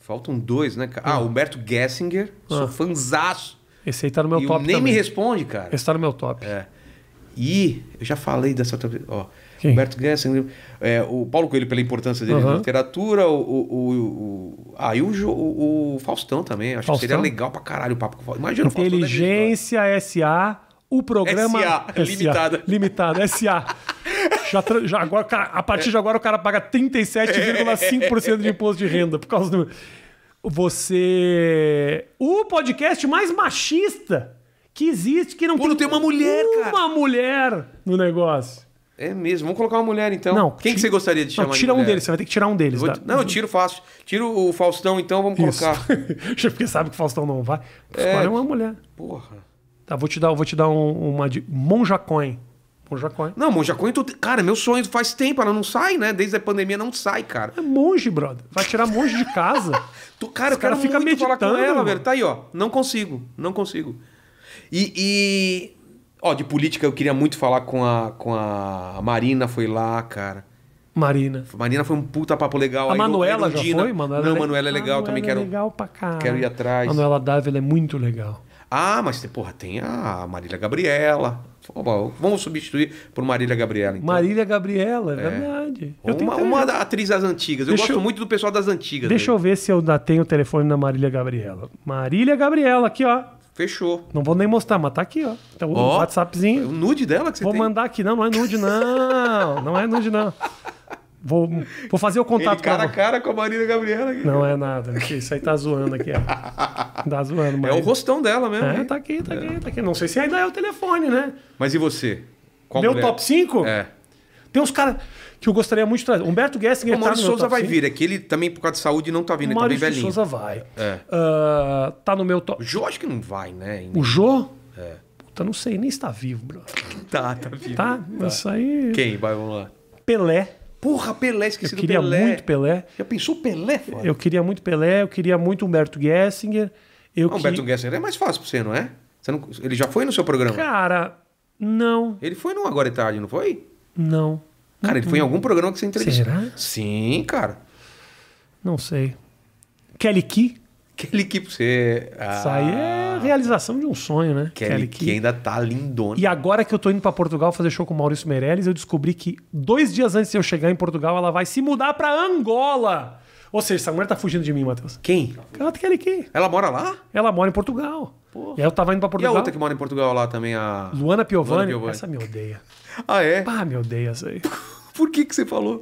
S2: Faltam dois, né, cara? Ah,
S1: Hum.
S2: Humberto Gessinger. Sou fanzaço.
S1: Esse aí tá no Ah. meu
S2: e o
S1: top
S2: nem me
S1: também.
S2: responde, cara.
S1: Esse tá no meu top.
S2: É. E eu já falei dessa outra vez, ó.
S1: Quem?
S2: Humberto Gessinger, é, o Paulo Coelho pela importância dele
S1: Aham.
S2: na literatura, o, o, o- o- ah, e o, Jo- o- o Faustão também. Acho que seria
S1: Faustão?
S2: legal pra caralho o papo com o Faustão. Imagina o Faustão. né, deve existir, ó.
S1: Inteligência SA, o programa.
S2: SA, limitada.
S1: Limitada, SA. Já, tra- já agora, o cara- a partir de agora o cara paga 37,5% de imposto de renda por causa do. Você. O podcast mais machista que existe, que não
S2: Pô, não tem uma mulher,
S1: uma
S2: cara.
S1: mulher no negócio.
S2: É mesmo, vamos colocar uma mulher então.
S1: Não.
S2: Quem
S1: ti-
S2: que você gostaria de chamar?
S1: Não,
S2: de
S1: tira um
S2: mulher?
S1: deles, você vai ter que tirar um deles.
S2: Eu vou-
S1: tá?
S2: Não, eu tiro fácil. Tiro o Faustão então, vamos
S1: Isso.
S2: colocar.
S1: Porque sabe que o Faustão não vai. Fora é uma mulher.
S2: Porra.
S1: Tá, vou te dar, vou te dar um- uma de Monja Coin. Monja Coin.
S2: Não, Monja Coen, tô... cara, meu sonho faz tempo, ela não sai, né? Desde a pandemia não sai, cara.
S1: É monge, brother. Vai tirar monge de casa.
S2: Tô- cara,
S1: Os
S2: eu
S1: cara
S2: quero
S1: fica
S2: muito falar com
S1: meditando,
S2: ela,
S1: mano.
S2: velho. Tá aí, ó. Não consigo, não consigo. E, e- Ó, de política eu queria muito falar com a, com a a Marina, foi lá, cara.
S1: Marina.
S2: A Marina foi um puta papo legal.
S1: A
S2: Aí, Lu-
S1: Manuela já
S2: Erundina-
S1: foi? Manuela
S2: não,
S1: le-
S2: Manuela é legal,
S1: Manuela
S2: também
S1: é
S2: quero...
S1: legal pra caralho.
S2: quero ir atrás.
S1: Manuela Dávila é muito legal.
S2: Ah, mas, porra, tem a Marília Gabriela. Pô, Vamos substituir por Marília Gabriela, então.
S1: Marília Gabriela, é, verdade. Eu tenho
S2: Uma,
S1: três. né?
S2: uma da- atriz das antigas. Eu
S1: Deixa
S2: gosto
S1: eu-
S2: muito do pessoal das antigas.
S1: Deixa
S2: velho.
S1: eu ver se eu ainda tenho o telefone da Marília Gabriela. Marília Gabriela, aqui, ó.
S2: Fechou.
S1: Não vou nem mostrar, mas tá aqui, ó. Então, o
S2: Ó,
S1: WhatsAppzinho.
S2: O nude dela que você
S1: Vou
S2: tem.
S1: mandar aqui. Não, não é nude, não. não é nude, não. Vou, vou fazer o
S2: Ele
S1: um contato com
S2: cara
S1: ela.
S2: a cara com a Marília Gabriela. aqui.
S1: Não é nada. que Isso aí tá zoando aqui. ó. Tá zoando,
S2: É
S1: mas...
S2: o né? rostão dela mesmo.
S1: É,
S2: hein?
S1: tá aqui, tá aqui, tá aqui. Não sei se ainda é o telefone, né?
S2: Mas e você? Qual
S1: Deu
S2: mulher?
S1: top 5?
S2: É.
S1: Tem uns caras que eu gostaria muito de trazer. Humberto Gessinger
S2: O
S1: tá no
S2: Maurício
S1: meu
S2: Souza
S1: top
S2: vai
S1: cinco.
S2: vir. É que ele também, por causa de saúde, não tá vindo. Ele tá bem
S1: Maurício
S2: velhinho.
S1: Souza vai.
S2: É.
S1: Ah, tá no meu
S2: O
S1: top...
S2: Jô acho que não vai, né? ainda.
S1: O Jô? É. Puta, não sei. Nem está vivo, bro.
S2: Tá, tá vindo.
S1: Tá? Isso aí...
S2: Quem? Vai, vamos lá.
S1: Pelé.
S2: Porra, Pelé. Esqueci
S1: Eu
S2: do
S1: queria
S2: Pelé.
S1: muito Pelé.
S2: Já pensou Pelé, foda?
S1: Eu queria muito Pelé. Eu queria muito Humberto Gessinger. Eu
S2: Não, Humberto
S1: que...
S2: Gessinger é mais fácil pra você, não é? Você não- Ele já foi no seu programa?
S1: Cara, não,
S2: Ele foi no Agora é Tarde, não foi?
S1: não.
S2: Cara, ele foi em algum programa que você entrevistou.
S1: Uhum. Será?
S2: Sim, cara.
S1: Não sei. Kelly Key?
S2: Kelly que você. Ah,
S1: Isso aí é realização de um sonho, né?
S2: Kelly que ainda tá lindona.
S1: E agora que eu tô indo pra Portugal fazer show com o Maurício Meirelles, eu descobri que dois dias antes de eu chegar em Portugal, ela vai se mudar pra Angola. Ou seja, essa mulher tá fugindo de mim, Matheus.
S2: Quem?
S1: Ela tem Kelly Key.
S2: Ela mora lá?
S1: Ela mora em Portugal. E aí eu tava indo pra
S2: E a
S1: Portugal.
S2: outra que mora em Portugal lá também, a.
S1: Luana Piovani,
S2: Luana Piovani.
S1: essa me odeia.
S2: Ah, é?
S1: Pá, me odeia essa aí.
S2: Por que que você falou?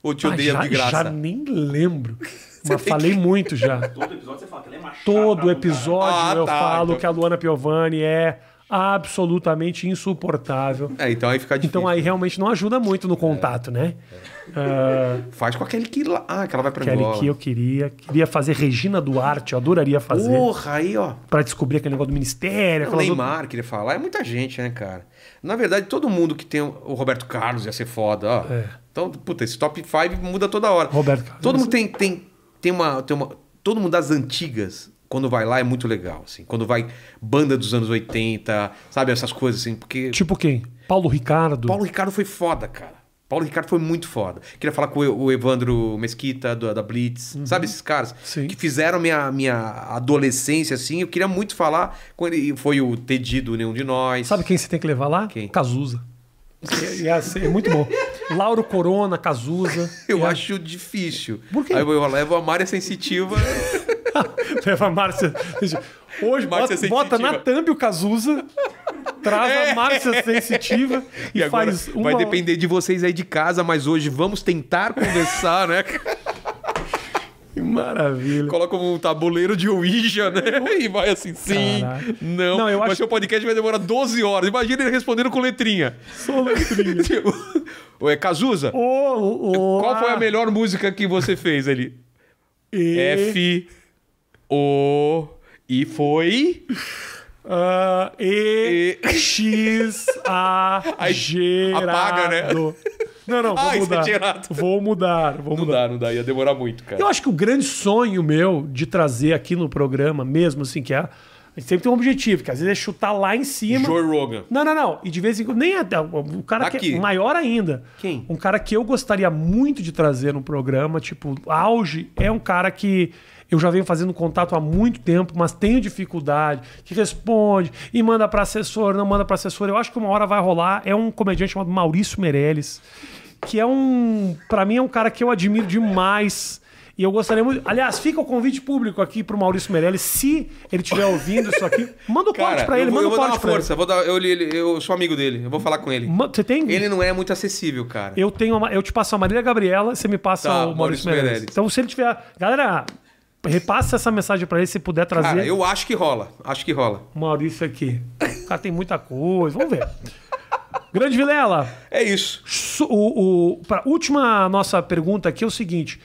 S2: Ou te
S1: Pá,
S2: odeia
S1: Ah, já,
S2: de graça?
S1: já nem lembro. Mas falei muito já.
S3: Todo episódio você fala que ela é machada.
S1: todo episódio
S2: Ah,
S1: eu
S2: tá,
S1: falo
S2: então.
S1: que a Luana Piovani é absolutamente insuportável.
S2: É, então aí fica difícil.
S1: Então aí realmente não ajuda muito no contato, né?
S2: É.
S1: Ah,
S2: Faz com aquele que lá. Ah, que ela vai pra
S1: aquele
S2: Angola.
S1: que eu queria. Queria fazer Regina Duarte, eu adoraria fazer.
S2: Porra, aí, ó.
S1: Pra descobrir aquele negócio do ministério.
S2: Não,
S1: aquelas
S2: Neymar queria falar. É muita gente, né, cara? Na verdade, todo mundo que tem o o Roberto Carlos ia ser foda, ó.
S1: É.
S2: Então, puta, esse top 5 muda toda hora.
S1: Roberto Carlos.
S2: Todo mundo tem, tem, tem, uma, tem uma. Todo mundo das antigas, quando vai lá, é muito legal, assim. Quando vai banda dos anos 80, sabe? Essas coisas, assim. Porque.
S1: Tipo quem? Paulo Ricardo.
S2: Paulo Ricardo foi foda, cara. Paulo Ricardo foi muito foda. Queria falar com o o Evandro Mesquita, do- da Blitz, sabe esses caras?
S1: Uhum. Sim.
S2: Que fizeram minha, minha adolescência, assim. Eu queria muito falar com ele. Foi o Teddy do Nenhum de Nós.
S1: Sabe quem você tem que levar lá?
S2: Quem?
S1: Cazuza. É, é assim, é muito bom. Lauro Corona, Cazuza.
S2: Eu
S1: É.
S2: acho difícil.
S1: Por quê?
S2: Aí eu levo a Mária Sensitiva.
S1: Leva a Márcia. Hoje bota,
S2: Márcia Sensitiva. É.
S1: bota na thumb o Cazuza, traz a Márcia Sensitiva e,
S2: e agora
S1: faz uma...
S2: vai depender de vocês aí de casa, mas hoje vamos tentar conversar, né?
S1: Que maravilha.
S2: Coloca um tabuleiro de Ouija, né? E vai assim, sim,
S1: Caraca.
S2: não.
S1: Não, eu
S2: mas
S1: acho-
S2: seu podcast vai demorar 12 horas. Imagina ele respondendo com letrinha.
S1: Soletrinha.
S2: Tipo, Ué, Cazuza,
S1: Ô, ô,
S2: qual foi a
S1: ah,
S2: melhor música que você fez ali?
S1: E...
S2: F, O, e foi...
S1: ah, e,
S2: E-
S1: X A
S2: Aí,
S1: Gerardo.
S2: apaga, né?
S1: Não, não, vou
S2: Ah, isso é
S1: mudar.
S2: Gerardo.
S1: vou mudar, vou
S2: Não
S1: mudar.
S2: dá, não dá. Ia demorar muito, cara.
S1: Eu acho que o grande sonho meu de trazer aqui no programa, mesmo assim, que é. A gente sempre tem um objetivo, que às vezes é chutar lá em cima.
S2: Joe Rogan.
S1: Não, não, não. E de vez em quando. Nem até. O cara que
S2: Aqui.
S1: é maior ainda.
S2: Quem?
S1: Um cara que eu gostaria muito de trazer no programa, tipo, auge, é um cara que. Eu já venho fazendo contato há muito tempo, mas tenho dificuldade, que responde e manda pra assessor, não manda pra assessor. Eu acho que uma hora vai rolar. É um comediante chamado Maurício Meirelles, que é um. Pra mim, é um cara que eu admiro demais. E eu gostaria muito. Aliás, fica o convite público aqui pro Maurício Meirelles, se ele estiver ouvindo isso aqui. Manda o corte pra
S2: eu
S1: ele,
S2: vou,
S1: manda
S2: eu
S1: o
S2: vou dar
S1: corte
S2: uma
S1: pra ele. Hum.
S2: força. Vou dar, eu, li- ele- eu sou amigo dele. Eu vou falar com ele.
S1: Ma- Você tem?
S2: Ele não é muito acessível, cara.
S1: Eu tenho uma- eu te passo a Marília Gabriela, você me passa
S2: Tá,
S1: o Maurício,
S2: Maurício
S1: Meirelles.
S2: Meirelles.
S1: Então, se ele tiver. Galera, repassa essa mensagem pra ele se puder trazer
S2: Cara, eu acho que rola. Acho que rola.
S1: o Maurício aqui. O cara tem muita coisa, vamos ver. Grande Vilela,
S2: É isso.
S1: su- o, o- pra última nossa pergunta aqui é o seguinte.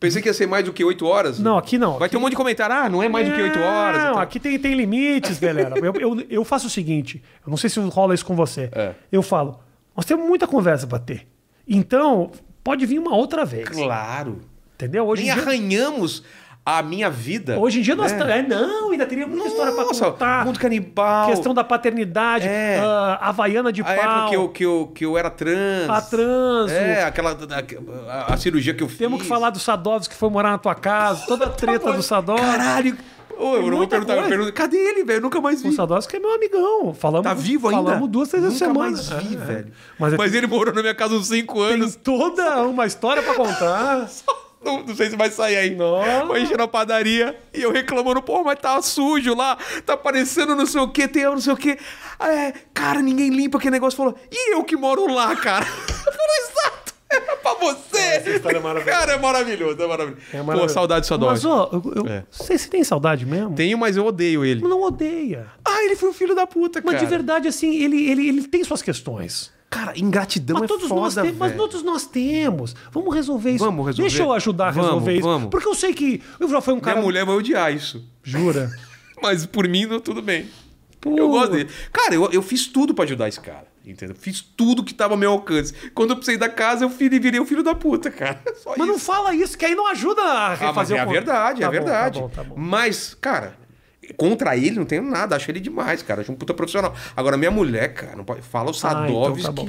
S2: Pensei que ia ser mais do que 8 horas.
S1: Não, aqui não.
S2: Vai ter um monte de comentário. Ah, não é mais do que 8 horas.
S1: Não,
S2: então.
S1: aqui tem, tem limites, galera. Eu, eu, eu faço o seguinte: eu não sei se rola isso com você.
S2: É.
S1: Eu falo, nós temos muita conversa pra ter. Então, pode vir uma outra vez.
S2: Claro.
S1: Entendeu? Hoje
S2: Nem
S1: em dia-
S2: arranhamos a minha vida.
S1: Hoje em dia nós. tra- É, não, ainda teria muita história pra
S2: Nossa,
S1: contar.
S2: mundo canibal.
S1: Questão da paternidade,
S2: É.
S1: ah, Havaiana de
S2: A
S1: pau, Ah,
S2: época que eu, que, eu, que eu era trans.
S1: a transo.
S2: É, aquela. A, a- a cirurgia que eu fiz.
S1: Temos que falar do Sadovski que foi morar na tua casa, toda a treta do Sadovski.
S2: Caralho. Ô, eu não vou
S1: muita
S2: perguntar. Eu
S1: coisa.
S2: pergunto, cadê ele, velho? Eu nunca mais vi.
S1: O Sadovski é meu amigão. Falamos,
S2: Tá vivo ainda?
S1: Falamos duas, três vezes
S2: Nunca
S1: semana.
S2: mais vi,
S1: É, é.
S2: velho.
S1: Mas, é-
S2: Mas ele morou na minha casa uns 5
S1: tem
S2: anos.
S1: toda uma história pra contar.
S2: Não, não sei se vai sair aí.
S1: Não.
S2: Mas enchendo a padaria e eu reclamando, pô, mas tá sujo lá, tá parecendo não sei o que, tem eu não sei o que. É, cara, ninguém limpa aquele negócio. Falou, e eu que moro lá, cara? Falou, exato, era pra você. Essa
S1: história é maravilhosa.
S2: Cara, é maravilhoso, é maravilhoso.
S1: É
S2: pô,
S1: maravilhoso.
S2: saudade só
S1: Mas,
S2: dói.
S1: ó, eu, eu
S2: É.
S1: sei se tem saudade mesmo.
S2: Tenho, mas eu odeio ele.
S1: Não odeia.
S2: Ah, ele foi um filho da puta,
S1: Mas
S2: cara.
S1: de verdade, assim, ele, ele, ele tem suas questões.
S2: Cara, ingratidão
S1: Mas
S2: é
S1: todos,
S2: foda,
S1: nós temos, mas
S2: velho.
S1: todos nós temos. Vamos resolver isso.
S2: Vamos resolver.
S1: Deixa eu ajudar a resolver
S2: Vamos,
S1: isso.
S2: vamos.
S1: Porque eu sei que eu já fui um
S2: Minha
S1: cara.
S2: mulher vai odiar isso.
S1: Jura?
S2: Mas por mim, não- tudo bem.
S1: Pô.
S2: Eu gosto dele. Cara, eu, eu fiz tudo pra ajudar esse cara. Entendeu? Fiz tudo que tava ao meu alcance. Quando eu precisei da casa, eu fui- virei o filho da puta, cara. Só
S1: Mas não
S2: isso.
S1: fala isso, que aí não ajuda a
S2: Ah, mas
S1: refazer
S2: é a
S1: o
S2: verdade, é
S1: Tá
S2: a
S1: bom,
S2: verdade.
S1: Tá bom, tá bom.
S2: Mas, cara, contra ele não tenho nada. Acho ele demais, cara. Acho um puta profissional. Agora, minha mulher, cara, não pode... fala o
S1: Ah, então
S2: Sadovski.
S1: tá bom.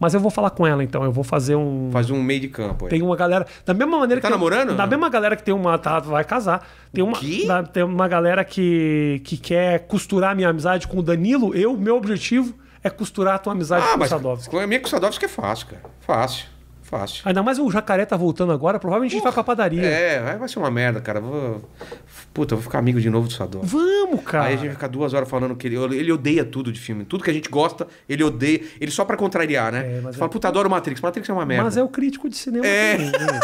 S1: Mas eu vou falar com ela então. Eu vou fazer um.
S2: Faz um meio de campo aí.
S1: Tem uma galera. Da mesma maneira
S2: Tá
S1: que.
S2: namorando?
S1: Da mesma galera que tem uma. Tá, vai casar. Tem uma,
S2: quê?
S1: da- tem uma galera que, que quer costurar minha amizade com o Danilo. Eu, meu objetivo é costurar a tua amizade
S2: Ah,
S1: com o
S2: mas
S1: Sadovski.
S2: com a minha com o Sadovski é fácil, cara. Fácil. Fácil.
S1: Ainda mais o jacaré tá voltando agora, provavelmente a gente vai com a padaria.
S2: É, vai- vai ser uma merda, cara. Vou... Puta, eu vou ficar amigo de novo do Sadovski.
S1: Vamos, cara.
S2: Aí a gente vai ficar duas horas falando que ele, ele odeia tudo de filme. Tudo que a gente gosta, ele odeia. Ele só pra contrariar, né?
S1: É, mas
S2: Você fala, puta, adoro Matrix. Matrix é uma merda.
S1: Mas é o crítico de cinema
S2: É.
S1: também. né?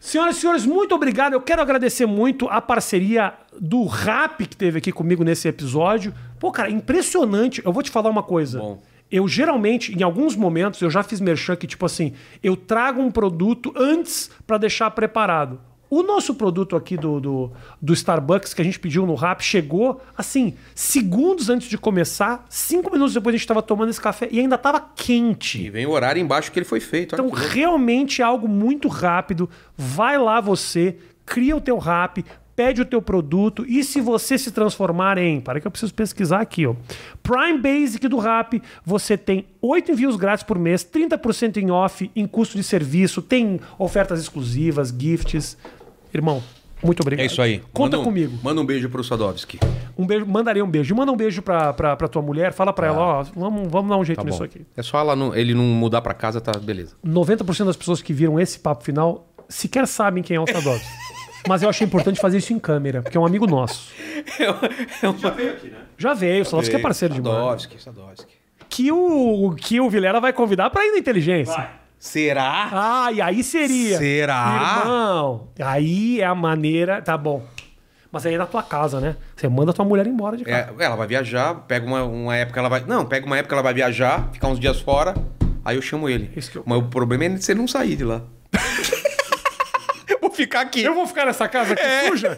S1: Senhoras e senhores, muito obrigado. Eu quero agradecer muito a parceria do Rap que teve aqui comigo nesse episódio. Pô, cara, impressionante. Eu vou te falar uma coisa.
S2: Bom.
S1: Eu geralmente, em alguns momentos, eu já fiz merchan que, tipo assim, eu trago um produto antes pra deixar preparado. O nosso produto aqui do, do, do Starbucks, que a gente pediu no rap, chegou, assim, segundos antes de começar, cinco minutos depois a gente tava tomando esse café e ainda tava quente.
S2: E vem o horário embaixo que ele foi feito. olha
S1: Então,
S2: que louco.
S1: realmente é algo muito rápido. Vai lá você, cria o teu rap, pede o teu produto e se você se transformar em, para que eu preciso pesquisar aqui, ó. Prime Basic do rap, você tem 8 envios grátis por mês, 30% em off, em custo de serviço, tem ofertas exclusivas, gifts. Irmão, muito obrigado.
S2: é isso aí.
S1: Conta
S2: Manda um-
S1: comigo.
S2: Manda um beijo pro Sadovski.
S1: Um beijo, mandaria um beijo. E Manda um beijo pra, pra, pra tua mulher, fala pra ela, ó, vamos, vamos dar um jeito
S2: Tá
S1: nisso
S2: bom.
S1: aqui.
S2: É só ela não- ele não mudar pra casa, tá? Beleza.
S1: 90% das pessoas que viram esse papo final sequer sabem quem é o Sadovski. Mas eu achei importante fazer isso em câmera, porque é um amigo nosso.
S3: Já veio aqui, né?
S1: Já veio, o Sadovski é parceiro de demais.
S2: Sadovski, Sadovski.
S1: Que o, que o Vilela vai convidar pra ir na inteligência.
S3: Vai.
S2: Será?
S1: Ah, e aí seria.
S2: Será?
S1: Irmão, aí é a maneira... Tá bom. Mas aí é na tua casa, né? Você manda tua mulher embora de casa.
S2: É, ela vai viajar, pega uma, uma época, ela vai. Não, pega uma época, ela vai viajar, ficar uns dias fora, aí eu chamo ele.
S1: Isso que eu-
S2: Mas o problema é você não sair de lá. eu vou ficar aqui.
S1: Eu vou ficar nessa casa aqui suja?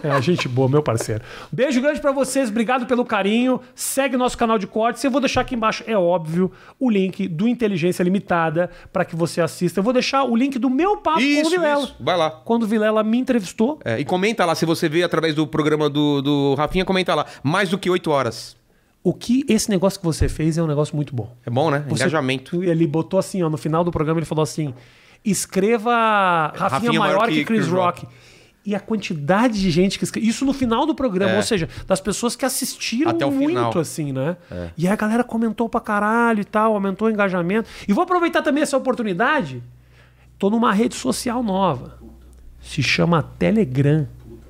S1: É, gente boa, meu parceiro. Beijo grande pra vocês, obrigado pelo carinho. Segue nosso canal de cortes. Eu vou deixar aqui embaixo, é óbvio, o link do Inteligência Limitada pra que você assista. Eu vou deixar o link do meu papo com o
S2: Isso,
S1: Vilela.
S2: isso. Vai lá.
S1: Quando o Vilela me entrevistou,
S2: É, e comenta lá, se você veio através do programa do, do Rafinha, comenta lá. Mais do que oito horas.
S1: o que esse negócio que você fez é um negócio muito bom.
S2: É bom, né?
S1: Você-
S2: Engajamento.
S1: Ele botou assim, ó, no final do programa, ele falou assim: escreva Rafinha,
S2: Rafinha
S1: maior, que, Chris Rock. E a quantidade de gente que escreveu. Isso no final do programa, ou seja, das pessoas que assistiram
S2: É. Até o
S1: muito,
S2: final. É.
S1: assim, né? E aí a galera comentou pra caralho e tal, aumentou o engajamento. E vou aproveitar também essa oportunidade. Tô numa rede social nova. Se chama Telegram.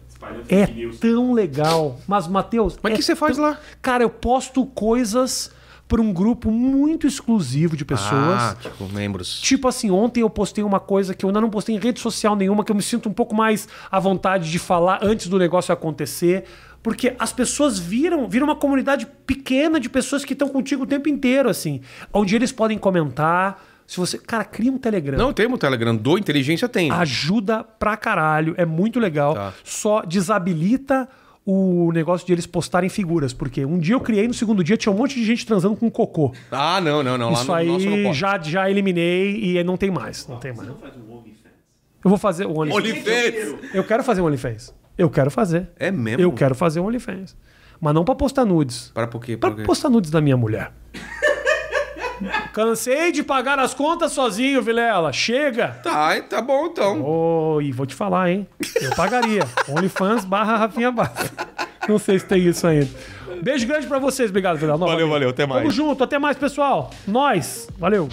S3: Espalhando
S1: É
S3: fake news.
S1: tão legal. Mas, Matheus.
S2: Mas o
S1: é
S2: que você faz
S1: tão-
S2: lá?
S1: Cara, eu posto coisas para um grupo muito exclusivo de pessoas.
S2: Ah, tipo, membros.
S1: Tipo assim, ontem eu postei uma coisa que eu ainda não postei em rede social nenhuma, que eu me sinto um pouco mais à vontade de falar antes do negócio acontecer. Porque as pessoas viram, viram uma comunidade pequena de pessoas que estão contigo o tempo inteiro, assim. Onde eles podem comentar. Se você. Cara, cria um Telegram.
S2: Não, tem o Telegram. Do Inteligência tem.
S1: Ah. Ajuda pra caralho, é muito legal.
S2: Tá.
S1: Só desabilita o negócio de eles postarem figuras, porque um dia eu criei, no segundo dia tinha um monte de gente transando com cocô.
S2: Ah, não, não, não. Lá
S1: Isso
S2: no nosso não
S1: aí
S2: pode.
S1: já, já eliminei e não tem mais, não tem mais.
S3: Não faz um OnlyFans.
S1: Eu vou fazer o OnlyFans.
S3: é
S2: Olifez.
S1: Eu quero fazer um OnlyFans. Eu quero fazer.
S2: É mesmo?
S1: Eu quero fazer um OnlyFans. Mas não pra postar nudes.
S2: Para por quê?
S1: Pra
S2: Por quê?
S1: postar nudes da minha mulher. Cansei de pagar as contas sozinho, Vilela. Chega!
S2: Tá, tá bom então.
S1: Ô, e vou te falar, hein? Eu pagaria. OnlyFans barra Rafinha Bastos. Não sei se tem isso ainda. Beijo grande pra vocês. Obrigado, Vidal.
S2: valeu, até mais.
S1: Tamo junto. Até mais, pessoal. Nós. Valeu.